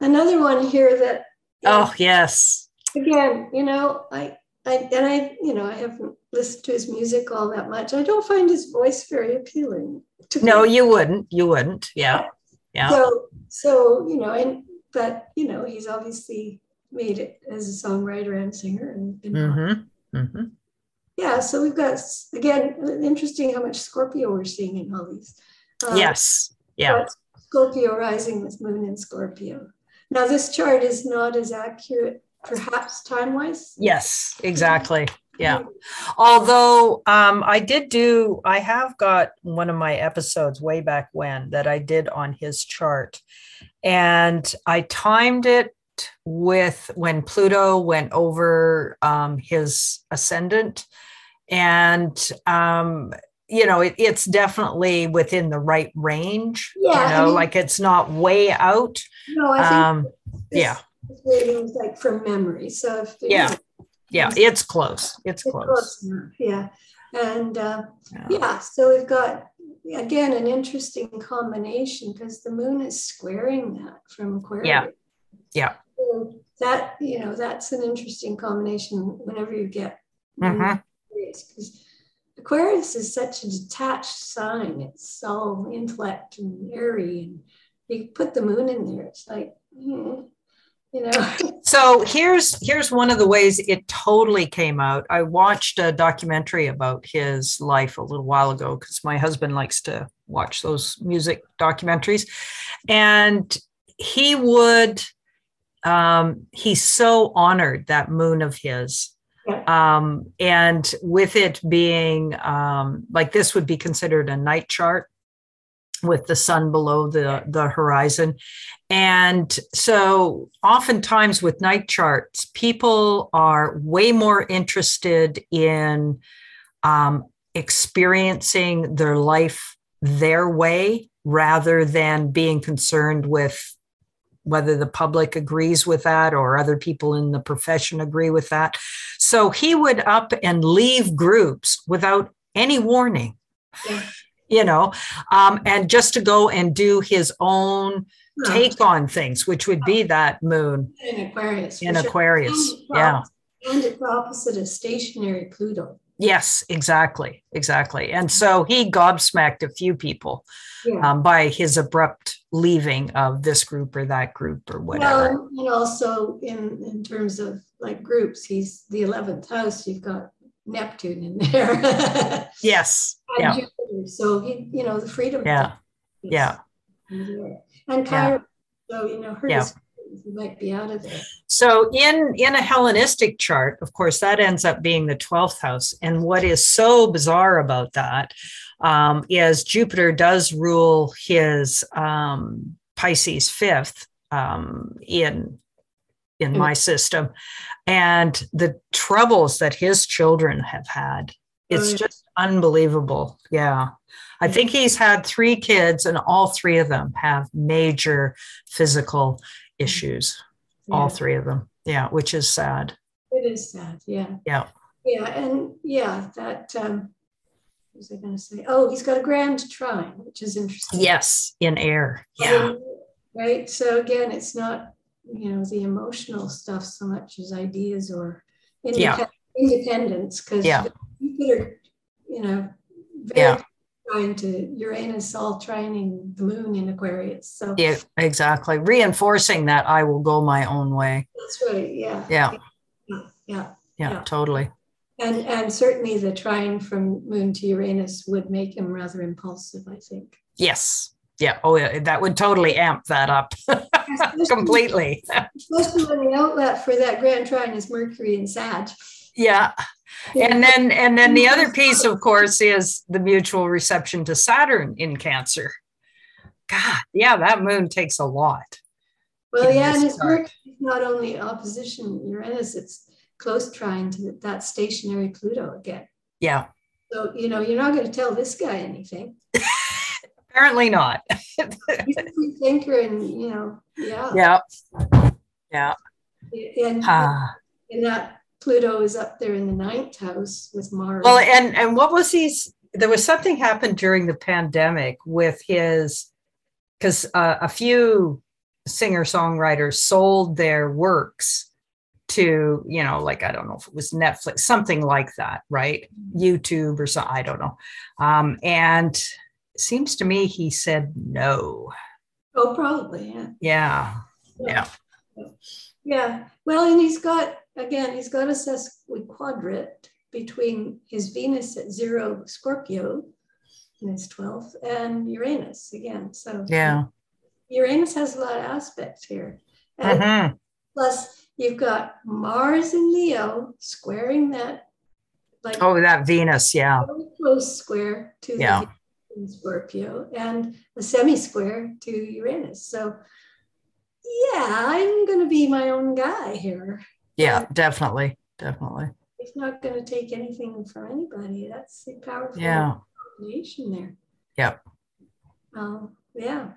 B: another one here that
A: oh yes
B: again, you know, I, I and I, you know, I haven't listened to his music all that much. I don't find his voice very appealing. To
A: no
B: me.
A: you wouldn't you wouldn't yeah yeah.
B: So so you know, and but you know, he's obviously made it as a songwriter and singer, and, and
A: mm-hmm. Mm-hmm.
B: yeah. So we've got s- again interesting how much Scorpio we're seeing in all these. Um,
A: yes yeah
B: But Scorpio rising with moon in Scorpio. Now, this chart is not as accurate, perhaps time wise.
A: yes exactly yeah although um, i did do i have got one of my episodes way back when that i did on his chart and i timed it with when pluto went over um, his ascendant and um, you know, it, it's definitely within the right range.
B: Yeah, I
A: you know,
B: mean-
A: like it's not way out.
B: No, I
A: Um,
B: think this
A: yeah,
B: is really like from memory. So if you
A: Yeah,
B: know,
A: yeah, it's close. It's
B: it's
A: close.
B: close enough, yeah. And uh,
A: Yeah.
B: yeah, so we've got again an interesting combination because the moon is squaring that from Aquarius.
A: Yeah.
B: So that you know that's an interesting combination whenever you get moon
A: Mhm.
B: Aquarius because Aquarius is such a detached sign. It's all intellect and airy, and you put the moon in there. It's like hmm, you know. [LAUGHS]
A: So here's here's one of the ways it totally came out. I watched a documentary about his life a little while ago because my husband likes to watch those music documentaries, and he would. Um, he's so honored that moon of his.
B: Yeah.
A: Um, and with it being um, like this would be considered a night chart with the sun below the, the horizon. And so, oftentimes with night charts, people are way more interested in um, experiencing their life their way rather than being concerned with whether the public agrees with that or other people in the profession agree with that. So, he would up and leave groups without any warning.
B: Yeah.
A: You know, um, and just to go and do his own take on things, which would be that moon
B: in Aquarius. for
A: in
B: sure.
A: Aquarius.
B: And it's
A: Yeah.
B: opposite- And it's opposite of stationary Pluto.
A: Yes, exactly. Exactly. And so he gobsmacked a few people
B: Yeah.
A: um, by his abrupt leaving of this group or that group or whatever.
B: Well, and also in, in terms of like groups, he's the 11th house, you've got Neptune in there. [LAUGHS] And
A: Yes. Yeah.
B: Jupiter. So he, you know, the freedom.
A: Yeah.
B: thing is
A: Yeah.
B: in there. And
A: Yeah.
B: Chiron, so, you know, her
A: Yeah.
B: disappearance, you might be out of there.
A: So in in a Hellenistic chart, of course, that ends up being the twelfth house. And what is so bizarre about that um, is Jupiter does rule his um, Pisces fifth um, in in my system, and the troubles that his children have had. It's
B: Oh, yeah.
A: just unbelievable. Yeah. I think he's had three kids, and all three of them have major physical issues all
B: Yeah.
A: three of them. Yeah, which is sad.
B: It is sad, yeah.
A: Yeah.
B: Yeah, and yeah, that, um, what was I gonna say? Oh, he's got a grand trine, which is interesting.
A: Yes, in air. Yeah,
B: Um, Right, so again, it's not, you know, the emotional stuff so much as ideas or
A: Yeah.
B: independ- independence, because
A: Yeah.
B: Jupiter, you know, very
A: Yeah.
B: trying to Uranus all trining the moon in Aquarius, so
A: yeah, exactly. Reinforcing that I will go my own way.
B: that's right, yeah.
A: Yeah,
B: Yeah,
A: yeah,
B: Yeah.
A: totally.
B: and, and certainly the trine from moon to Uranus would make him rather impulsive,
A: [LAUGHS]
B: I think.
A: Yes. Yeah. Oh, yeah. That would totally amp that up completely.
B: Especially when the outlet for that grand trine is Mercury and Sag.
A: Yeah. And then, and then the other piece, of course, is the mutual reception to Saturn in Cancer. God, yeah, that moon takes a lot.
B: Well,
A: in
B: yeah, and
A: this
B: it's
A: chart.
B: Mercury is not only opposition Uranus, it's close trine to that stationary Pluto again.
A: Yeah.
B: So, you know, you're not going to tell this guy anything.
A: Apparently not.
B: He's a free thinker and, you know, yeah.
A: Yeah.
B: And,
A: Ah.
B: and that Pluto is up there in the ninth house with Mars.
A: Well, and and what was he's? There was something happened during the pandemic with his, because uh, a few singer songwriters sold their works to you know like I don't know if it was Netflix something like that right YouTube or something I don't know, um, and it seems to me he said no
B: oh, probably, yeah.
A: yeah Yeah.
B: Yeah. Well, and he's got, again, he's got a sesquiquadrate between his Venus at zero Scorpio in his 12th and Uranus again. So Uranus has a lot of aspects here. And
A: Mhm.
B: plus, you've got Mars in Leo squaring that, like,
A: oh that Venus yeah
B: very close square to
A: Yeah.
B: the Venus in Scorpio and a semi square to Uranus. So, yeah, I'm going to be my own guy here.
A: yeah definitely definitely
B: He's not going to take anything from anybody. That's the powerful.
A: yeah
B: creation there.
A: Yep.
B: Um, yeah.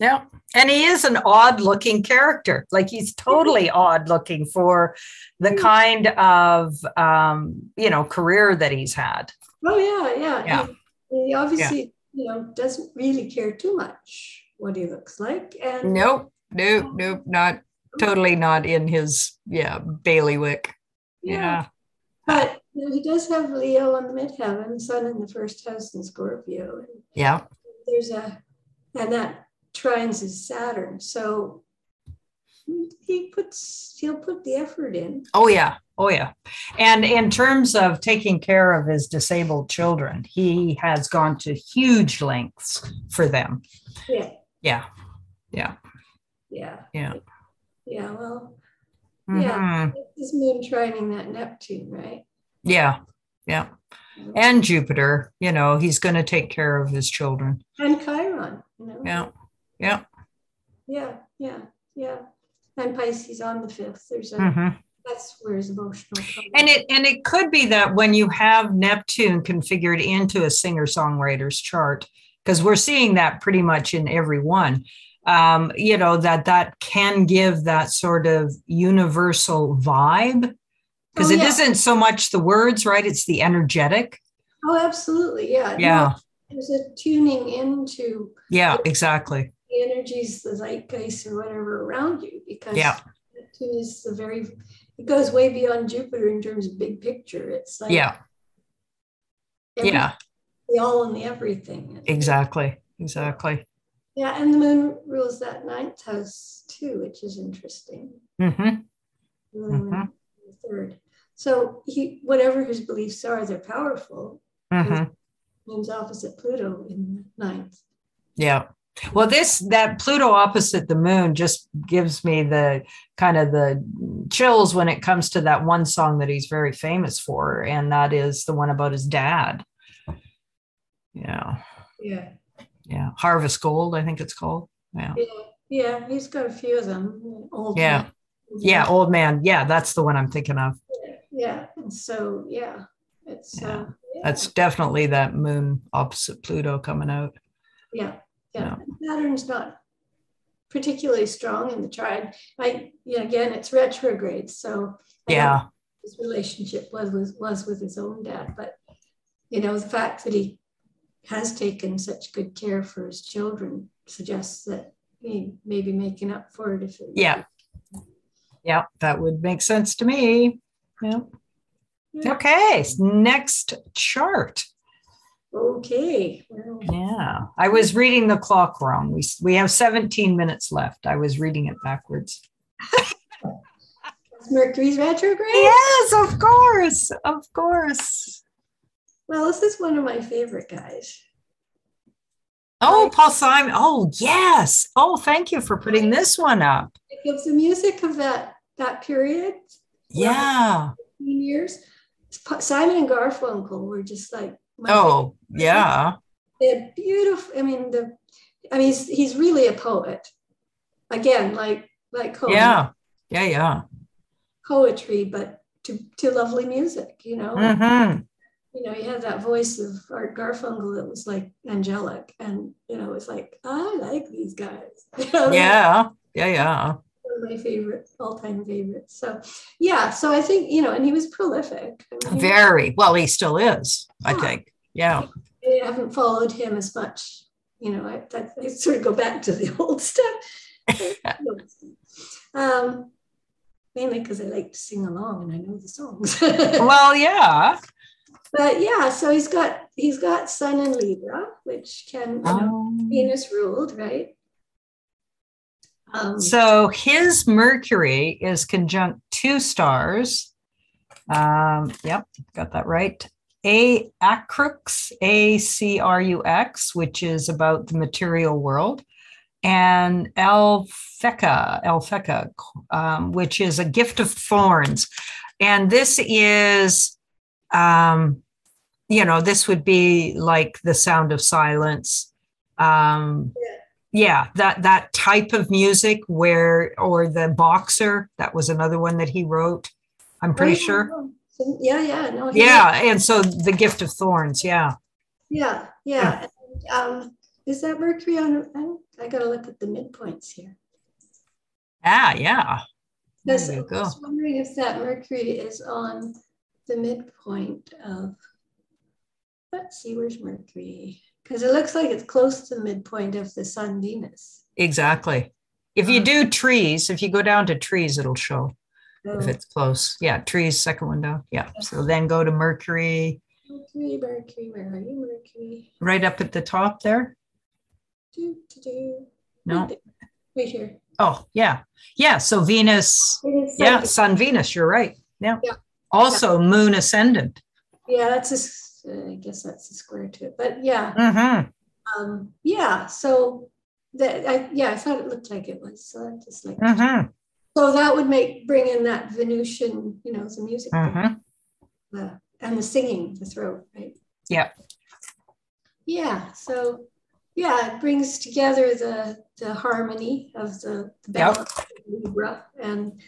A: Yeah. And he is an odd looking character. Like he's totally odd looking for the kind of, um, you know, career that he's had.
B: Oh yeah, yeah.
A: Yeah.
B: He, he obviously, you know, doesn't really care too much what he looks like. And
A: Nope. Nope. Nope. Not totally not in his, yeah, bailiwick. Yeah.
B: But you know, he does have Leo on the midheaven, Sun in the first house in Scorpio. And
A: Yeah.
B: there's a and that trines is Saturn. So he puts he'll put the effort in.
A: Oh yeah. Oh yeah. And in terms of taking care of his disabled children, he has gone to huge lengths for them.
B: Yeah.
A: Yeah.
B: Yeah.
A: Yeah.
B: Yeah. Well,
A: Mhm.
B: this moon trining that Neptune, right?
A: Yeah. And Jupiter, you know, he's going to take care of his children.
B: And Chiron, you know.
A: Yeah. Yeah.
B: Yeah, yeah, yeah. And Pisces on the fifth. There's a
A: Mhm.
B: that's where his emotional comes.
A: And it and it could be that when you have Neptune configured into a singer songwriter's chart, because we're seeing that pretty much in every one, um, you know that that can give that sort of universal vibe, because
B: Oh,
A: it
B: yeah.
A: not so much the words, right? It's the energetic.
B: oh, absolutely, yeah. no,
A: Yeah,
B: there's a tuning into
A: yeah, exactly.
B: the energies, the zeitgeist, or whatever around you, because
A: Yeah.
B: Neptune is the very. It goes way beyond Jupiter in terms of big picture. It's like
A: Yeah,
B: every-
A: yeah,
B: the all and the everything.
A: exactly, exactly.
B: Yeah, and the moon rules that ninth house too, which is interesting.
A: hmm
B: Ruling
A: Mm-hmm.
B: that Third, so he whatever his beliefs are, they're powerful,
A: hmm
B: moon's opposite Pluto in the ninth.
A: Yeah. Well, this that Pluto opposite the moon just gives me the kind of the chills when it comes to that one song that he's very famous for, and that is the one about his dad. Yeah,
B: Yeah.
A: yeah. Harvest Gold, I think it's called. Yeah.
B: Yeah. Yeah. He's got a few of them. Old
A: Yeah.
B: man.
A: Yeah, old man. Yeah, that's the one I'm thinking of.
B: Yeah. And so, yeah. It's,
A: Yeah.
B: Uh, yeah.
A: That's definitely that moon opposite Pluto coming out.
B: yeah. Yeah. Saturn's not particularly strong in the trine. I, yeah, again, it's retrograde. So, I don't know
A: Yeah.
B: what his relationship was, was, was with his own dad. But, you know, the fact that he has taken such good care for his children suggests that he may be making up for it if it
A: Yeah. Yeah, that would make sense to me. Yeah.
B: Yeah.
A: Okay. Next chart.
B: Okay. Well,
A: Yeah, I was reading the clock wrong. We we have 17 minutes left. I was reading it backwards.
B: it's Mercury's retrograde.
A: Yes, of course, of course.
B: Well, this is one of my favorite guys.
A: Oh, Paul Simon. Oh, yes. Oh, thank you for putting this one up.
B: It gives the music of that that period,
A: Yeah.
B: 15 years. P- Simon and Garfunkel were just like my-
A: Oh, yeah.
B: they're beautiful. I mean, the I mean, he's, he's really a poet. Again, like like Cohen,
A: Yeah. Yeah. Yeah.
B: poetry, but to to lovely music. You know,
A: Mm-hmm.
B: you know, he had that voice of Art Garfunkel that was like angelic, and you know, it was like I like these guys. [LAUGHS] You know?
A: Yeah. Yeah. Yeah.
B: one of my favorite, all-time favorites. So yeah, so I think, you know, and he was prolific. I mean,
A: Very well. He still is, I think. Yeah.
B: I haven't followed him as much. You know, I, that, I sort of go back to the [LAUGHS] old
A: [LAUGHS]
B: stuff. um, mainly because I like to sing along and I know the songs.
A: Well, yeah.
B: [LAUGHS] but yeah, so he's got he's got Sun in Libra, which can you
A: Oh.
B: know, Venus ruled, right? Um,
A: So his Mercury is conjunct two stars. Um, yep, got that right. A Acrux, A C R U X, which is about the material world, and Alfeca, Alfeca, um, which is a gift of thorns. And this is, um, you know, this would be like the sound of silence. Um, yeah that that type of music where or the boxer that was another one that he wrote i'm pretty
B: oh,
A: sure
B: oh, so- yeah, yeah, no, he-
A: yeah and so the gift of thorns yeah
B: Yeah, yeah. And, um, is that Mercury on? I, don't- I gotta look at the midpoints here.
A: Ah, yeah.
B: Yes,
A: There
B: I
A: you go.
B: was wondering if that Mercury is on the midpoint of, let's see, where's Mercury? Because it looks like it's close to the midpoint of the Sun Venus.
A: Exactly. If you
B: Um,
A: do trees, if you go down to trees, it'll show
B: So
A: if it's close. Yeah, trees, second one down. Yeah. So then go to Mercury
B: Mercury, Mercury, where are you, Mercury?
A: right up at the top there.
B: Do, do, do.
A: No.
B: Right here.
A: Oh, yeah. Yeah. So Venus.
B: It is
A: Yeah.
B: something-
A: Sun, Venus. You're right. Yeah.
B: Yeah.
A: Also, moon ascendant.
B: Yeah, that's a s- uh, I guess that's the square to it, but yeah,
A: Mm-hmm.
B: um, yeah, so that, I, yeah, I thought it looked like it was, so I'm just like,
A: Mm-hmm.
B: so that would make, bring in that Venusian, you know, the music. thing.
A: Mm-hmm.
B: the and the singing, the throat, right?
A: Yeah.
B: Yeah. So yeah, it brings together the the harmony of the, the
A: Yep.
B: balance of Libra and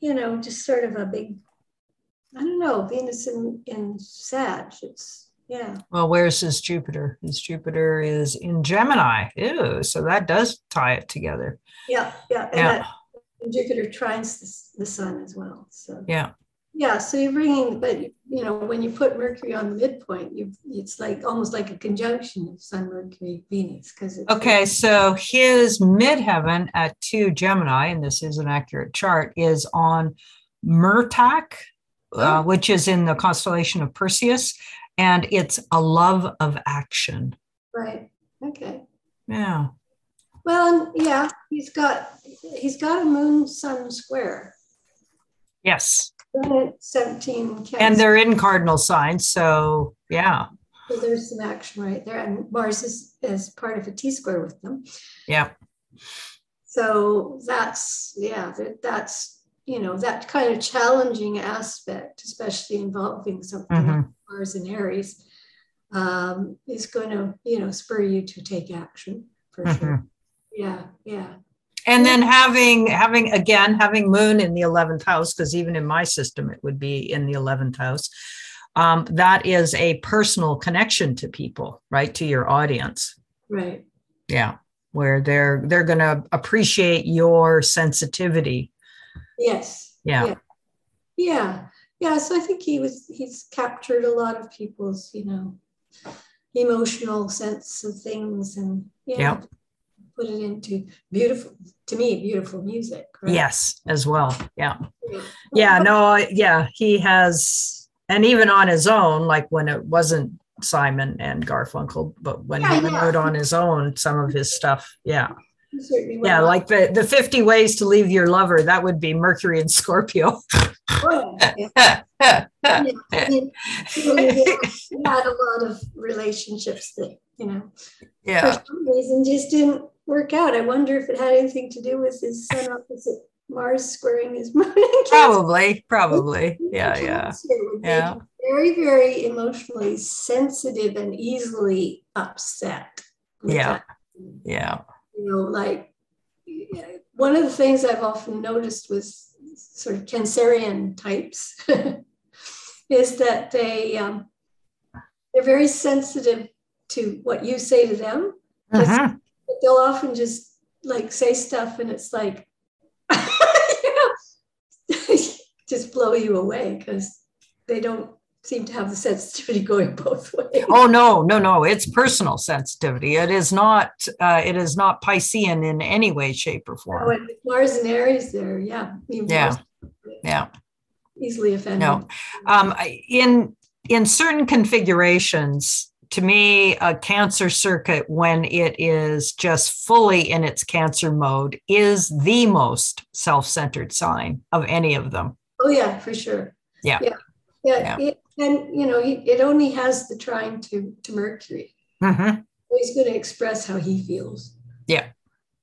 B: you know, just sort of a big I don't know, Venus in, in Sag. It's yeah.
A: Well, where's his Jupiter? His Jupiter is in Gemini. Ew. So that does tie it together.
B: Yeah, yeah. And
A: Yeah.
B: that Jupiter trines the, s- the sun as well. So
A: Yeah.
B: yeah, so you're bringing, but you know, when you put Mercury on the midpoint, you it's like almost like a conjunction of Sun, Mercury, Venus, because
A: Okay, so his midheaven at two Gemini, and this is an accurate chart, is on Murtak, uh, which is in the constellation of Perseus, and it's a love of action.
B: Right. Okay.
A: Yeah.
B: Well, and yeah, he's got he's got a moon sun square.
A: Yes.
B: Planet Seventeen. Cancer.
A: And they're in cardinal signs. So, yeah.
B: so there's some action right there, and Mars is is part of a T square with them.
A: Yeah.
B: So that's yeah, that, that's you know that kind of challenging aspect, especially involving something like
A: Mhm.
B: Mars and Aries, um, is going to you know spur you to take action for sure.
A: Mhm.
B: Yeah, yeah,
A: And then having, having again, having moon in the 11th house, because even in my system, it would be in the 11th house. Um, that is a personal connection to people, right? To your audience.
B: right.
A: yeah where they're they're going to appreciate your sensitivity
B: Yes.
A: Yeah.
B: yeah. Yeah. Yeah. So I think he was he's captured a lot of people's, you know, emotional sense of things and yeah,
A: Yeah.
B: put it into beautiful to me, beautiful music. Right?
A: yes as well yeah
B: Yeah.
A: yeah no I- yeah he has and even on his own like when it wasn't simon and garfunkel but when
B: Yeah,
A: he
B: yeah.
A: wrote on his own some of his stuff yeah
B: He certainly
A: yeah
B: went
A: like the the 50 ways to leave your lover that would be mercury and [LAUGHS] scorpio
B: on. Yeah. I mean, he had a lot of relationships that, you know,
A: yeah
B: for some reason just didn't work out. I wonder if it had anything to do with his sun opposite Mars squaring his [LAUGHS] moon. in
A: Oh,
B: Cancer.
A: probably probably yeah yeah
B: Cancer would be
A: yeah
B: Very, very emotionally sensitive and easily upset. with
A: Yeah.
B: that.
A: yeah
B: You know, like yeah, one of the things I've often noticed with sort of Cancerian types [LAUGHS] is that they um, they're very sensitive to what you say to them
A: Mhm.
B: but they'll often just like say stuff and it's like [LAUGHS] you know, [LAUGHS] just blow you away because they don't seem to have the sensitivity going both [LAUGHS] ways.
A: oh no no no it's personal sensitivity it is not uh, it is not piscean in any way shape or
B: Oh,
A: form
B: and with Mars and Aries there, yeah. even
A: Yeah.
B: Mars,
A: yeah
B: Easily offended.
A: No. um, I- in in certain configurations to me a cancer circuit when it is just fully in its cancer mode is the most self-centered sign of any of them
B: Oh yeah, for sure.
A: Yeah.
B: Yeah. Yeah. It, and you know, he, it only has the trying to to Mercury.
A: Mhm.
B: So he's going to express how he feels.
A: Yeah.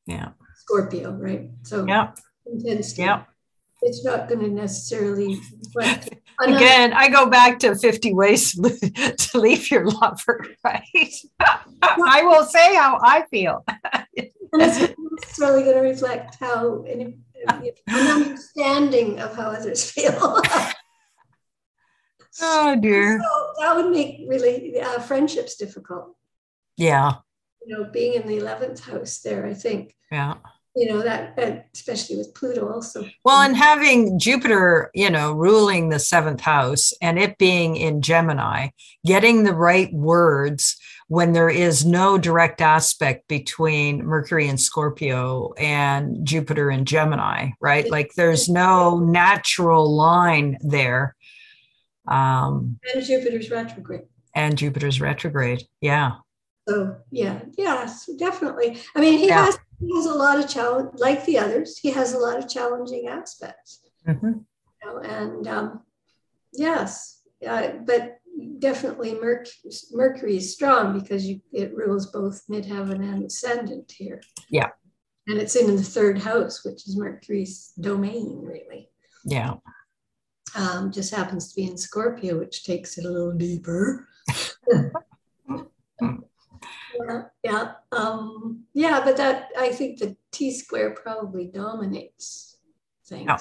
A: Yeah.
B: Scorpio, right? So
A: yeah
B: intense.
A: Yeah.
B: It's not going to necessarily. reflect another-
A: [LAUGHS] again i go back to 50 ways [LAUGHS] to lo- to leave your lover right [LAUGHS] i will say how i feel
B: and it's [LAUGHS] not necessarily going to reflect how any, [LAUGHS] an understanding of how others feel.
A: Oh dear.
B: So that would make really uh, friendships difficult.
A: Yeah.
B: You know, being in the 11th house there, I think,
A: Yeah.
B: you know, that, that especially with Pluto also.
A: Well, and having Jupiter, you know, ruling the seventh house and it being in Gemini, getting the right words when there is no direct aspect between Mercury and Scorpio and Jupiter and Gemini, right? Like there's no natural line there. Um,
B: And Jupiter's retrograde.
A: and Jupiter's retrograde. Yeah.
B: So yeah, yes, definitely. I mean, he
A: Yeah.
B: has he has a lot of challenge, like the others. He has a lot of challenging aspects,
A: Mhm.
B: you know, and um, yes, uh, but definitely Merc- Mercury is strong because you, it rules both midheaven and ascendant here.
A: Yeah.
B: and it's in the third house, which is Mercury's domain, really.
A: Yeah.
B: Um, just happens to be in Scorpio, which takes it a
A: [LAUGHS]
B: little deeper. Yeah, yeah, um, yeah, but that I think the T square probably dominates things
A: Yeah.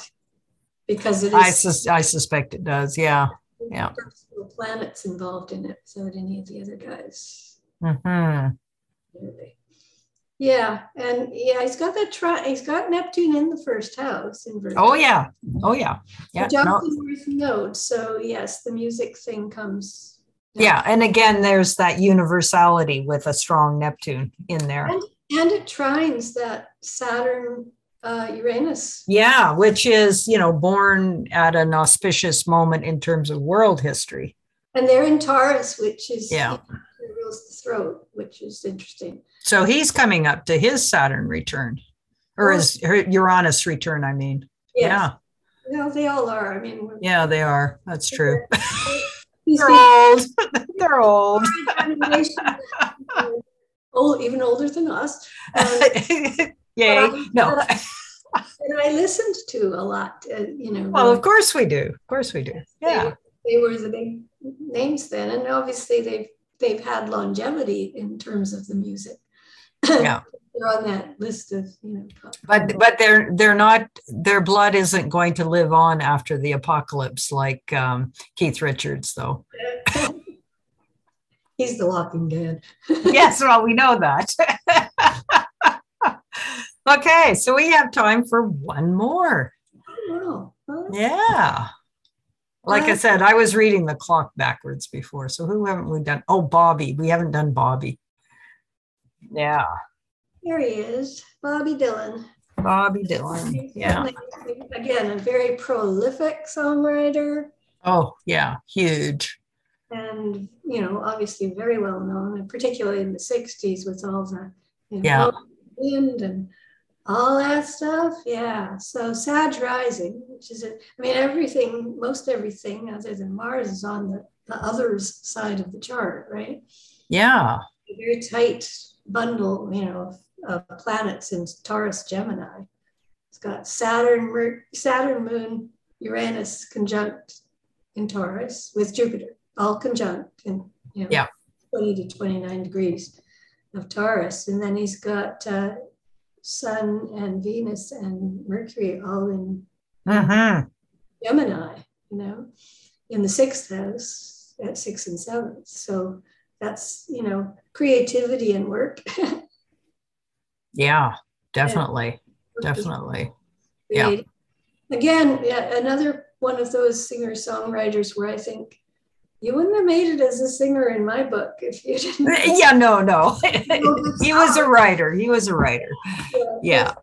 B: because it
A: I,
B: is
A: sus- I suspect it does. Yeah. yeah.
B: personal planets involved in it without any of the other guys.
A: hmm
B: Really. Yeah, and yeah, he's got that tri- he's got Neptune in the first house in Virgo.
A: Oh, yeah. Oh, yeah. Yeah.
B: Which
A: No.
B: often is node. So yes, the music thing comes.
A: Yeah, and again, there's that universality with a strong Neptune in there.
B: And it trines that Saturn uh, Uranus
A: Yeah, which is, you know, born at an auspicious moment in terms of world history.
B: And they're in Taurus, which is
A: Yeah.
B: it rules the throat, which is interesting.
A: So he's coming up to his Saturn return or his her Uranus return, I mean. Yeah,
B: Yeah. Well, they all are. I mean, we're-
A: yeah, they are. That's true.
B: these
A: They're old. [LAUGHS] They're old.
B: generations are old, even older
A: [LAUGHS]
B: than us. Um,
A: Yay. No.
B: and I listened to a lot. Uh, you know,
A: Well, of course we do. Of course we do.
B: they,
A: Yeah.
B: they were the big names then, and obviously they've they've had longevity in terms of the music.
A: Yeah.
B: [LAUGHS] they're on that list of you know. top-
A: but but they're they're not their blood isn't going to live on after the apocalypse like um, Keith Richards [LAUGHS] though.
B: He's the Walking Dead.
A: yes, well we know that. [LAUGHS] okay, so we have time for one more.
B: I don't know. Huh?
A: Yeah. Like I said, I was reading the clock backwards before. So who haven't we done? Oh, Bobby. We haven't done Bobby. Yeah.
B: There he is, Bobby Dylan.
A: Bobby Dylan. Yeah.
B: Again, a very prolific songwriter
A: Oh, yeah. Huge.
B: and, you know, obviously very well known, and particularly in the 60s with all the you know,
A: Yeah.
B: wind and all that stuff. Yeah. So Sag Rising, which is, a, I mean, everything, most everything other than Mars is on the, the others side of the chart, right?
A: Yeah.
B: A very tight bundle, you know, of, of planets in Taurus Gemini. It's got Saturn, Mer- Saturn, Moon, Uranus conjunct in Taurus with Jupiter, all conjunct in you know,
A: Yeah.
B: 20 to 29 degrees of Taurus. And then he's got uh, Sun and Venus and Mercury all in
A: hmm
B: Gemini, you know, in the sixth house at six and seventh. So that's, you know, creativity and work.
A: Yeah. Definitely. Definitely. Yeah.
B: Creative. Again, yeah, another one of those singer songwriters where I think you wouldn't have made it as a singer in my book if you
A: [LAUGHS]
B: didn't.
A: [LAUGHS] Yeah, no, no. he was a writer. He was a writer.
B: Yeah.
A: Yeah.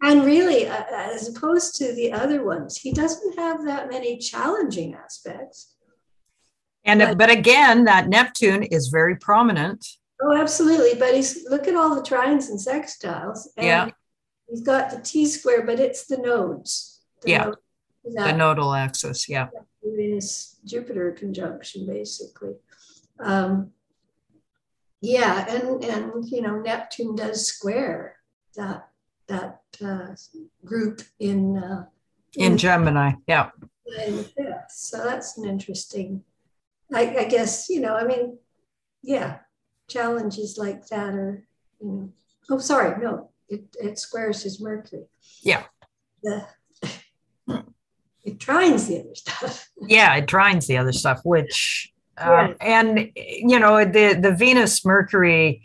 B: And really, uh, as opposed to the other ones, he doesn't have that many challenging aspects.
A: And uh, but again, that Neptune is very prominent.
B: Oh, absolutely. But he's look at all the trines and sextiles. And
A: Yeah.
B: He's got the T square, but it's the nodes. The
A: Yeah.
B: Node,
A: The
B: that
A: nodal axis. Yeah.
B: Uranus Jupiter conjunction, basically. Um, yeah, and and you know Neptune does square that that uh, group in uh,
A: In Gemini. Yeah.
B: in the fifth. So that's an interesting. I, I guess you know. I mean, yeah, challenges like that are. You know, oh, sorry, no, it, it squares his Mercury.
A: Yeah.
B: The, [LAUGHS] it drowns the other stuff.
A: yeah, it drowns the other stuff, which um, and you know the the Venus Mercury.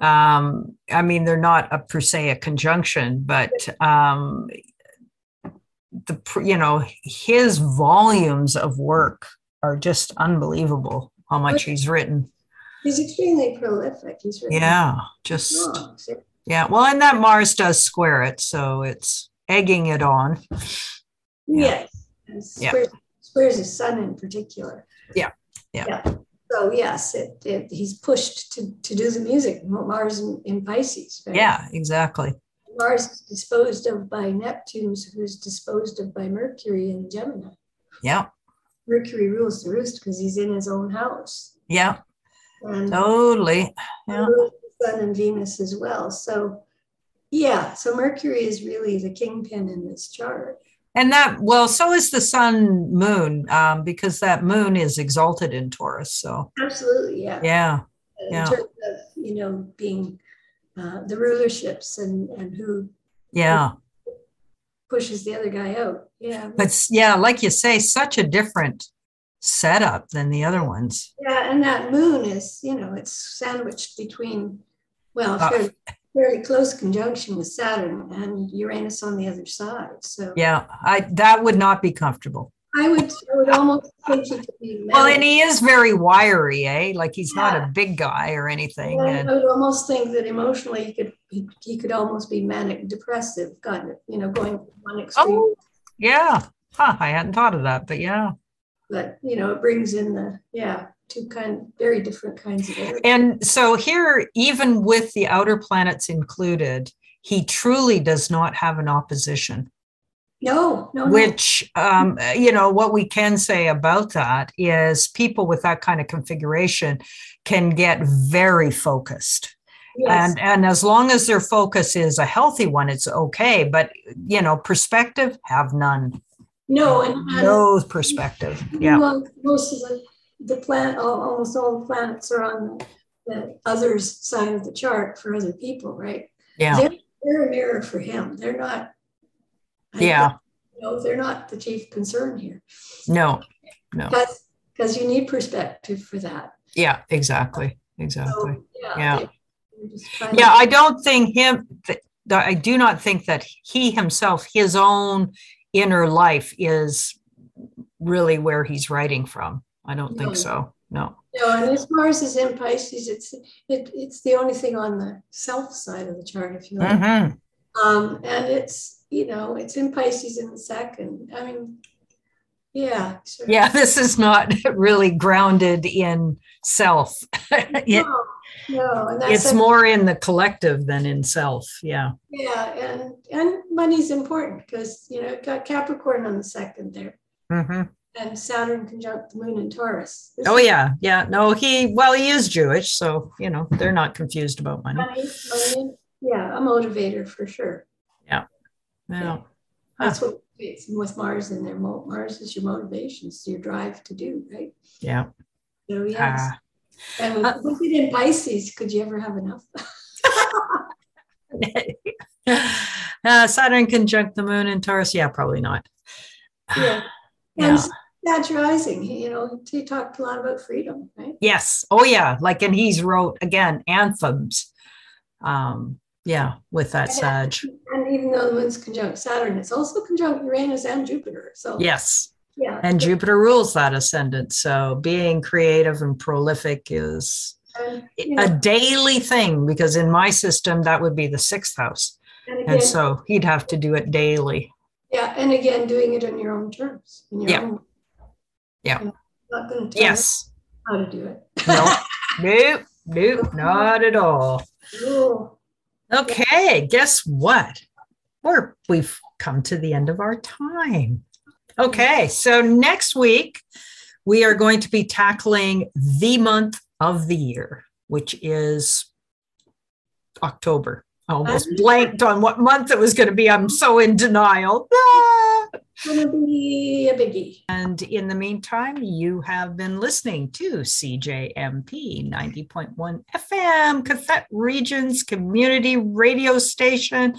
A: Um, I mean, they're not a per se a conjunction, but um, the you know his volumes of work are just unbelievable. How much he's written.
B: He's extremely prolific. He's written
A: Yeah, just
B: songs.
A: yeah. Well, and that Mars does square it, so it's egging it on.
B: Yes. And
A: Yeah.
B: Squares, squares his son in particular.
A: Yeah. Yeah.
B: So yes, it, it, he's pushed to, to do the music. Mars in, in Pisces. right?
A: Yeah, exactly.
B: Mars is disposed of by Neptune, who's disposed of by Mercury in Gemini.
A: Yeah,
B: Mercury rules the roost because he's in his own house.
A: yeah,
B: And
A: totally. Oh, Yeah.
B: rules the Sun and Venus as well. So yeah, so Mercury is really the kingpin in this chart.
A: And that, well, so is the sun moon, um, because that moon is exalted in Taurus. So,
B: Absolutely, yeah.
A: yeah,
B: in
A: Yeah.
B: terms of you know being uh, the rulerships and and who
A: yeah.
B: pushes the other guy out. Yeah,
A: But s- yeah, like you say, such a different setup than the other ones.
B: yeah, and that moon is you know it's sandwiched between well
A: Uh,
B: fairly, fairly close conjunction with Saturn and Uranus on the other side. So
A: Yeah, I that would not be comfortable.
B: I would I would almost think he could be
A: Well,
B: metal.
A: and he is very wiry, eh? Like he's not
B: Yeah.
A: a big guy or anything.
B: I
A: And
B: would almost think that emotionally he could he, he could almost be manic depressive, kind of you know going from one extreme
A: oh, yeah. Huh, I hadn't thought of that, but yeah.
B: but you know it brings in the yeah two kind very different kinds of energy.
A: And so here, even with the outer planets included, he truly does not have an opposition.
B: no no no.
A: which um, you know what we can say about that is people with that kind of configuration can get very focused
B: Yes.
A: and and as long as their focus is a healthy one it's okay but you know perspective have none
B: no and, and
A: no perspective yeah
B: well, most of the the planet almost all the planets are on the, the others side of the chart for other people right
A: yeah
B: they're, they're a mirror for him they're not I think,
A: yeah
B: you know, they're not the chief concern here
A: no
B: because because you need perspective for that
A: yeah exactly exactly
B: so yeah
A: Yeah.
B: they- they're just trying to-
A: yeah i don't think him th- that i do not think that he himself his own inner life is really where he's writing from i don't
B: No.
A: think so no
B: No, and as Mars is in Pisces, it's it, it's the only thing on the south side of the chart, if you like.
A: Mhm.
B: Um, and it's you know it's in Pisces in the second. I mean, yeah, sort of-
A: yeah [LAUGHS] this is not really grounded in self It-
B: No, no, and that's
A: it's more in the collective than in self yeah
B: yeah, and and money's important because you know it got Capricorn on the second there,
A: Mhm.
B: and Saturn conjunct the Moon in Taurus. This
A: oh
B: is
A: yeah yeah no he well he is jewish so you know they're not confused about money
B: money, money, yeah, a motivator for sure.
A: yeah Huh.
B: That's what it's with Mars in there. Mo- Mars is your motivation, it's your drive to do, right?
A: yeah
B: So yes.
A: Ah.
B: And with,
A: Uh,
B: with it in Pisces, could you ever have enough? [LAUGHS]
A: [LAUGHS] uh, saturn conjunct the moon in taurus yeah probably not
B: yeah.
A: [LAUGHS] Yeah.
B: And that's rising. You know, he talked a lot about freedom, right?
A: Yes. Oh yeah. Like and he's wrote again anthems. Um yeah, with that Sag.
B: And even though the moon's conjunct Saturn, it's also conjunct Uranus and Jupiter. So
A: Yes.
B: yeah.
A: And Jupiter rules that ascendant. So being creative and prolific is
B: And, you know,
A: a daily thing because in my system that would be the sixth house.
B: and again,
A: And so he'd have to do it daily.
B: yeah, and again, doing it on your own terms. In your
A: Yeah.
B: Own,
A: Yeah.
B: You know, not going to tell
A: Yes.
B: you how to do it. [LAUGHS]
A: No. Nope. Nope. Not at all.
B: Oh,
A: Okay, guess what? We're, we've come to the end of our time. Okay, so next week we are going to be tackling the month of the year, which is October. I almost blanked on what month it was going to be. I'm so in denial. Ah!
B: it's going to be a biggie.
A: And in the meantime, you have been listening to CJMP 90.1 FM, Cathet Region's community radio station.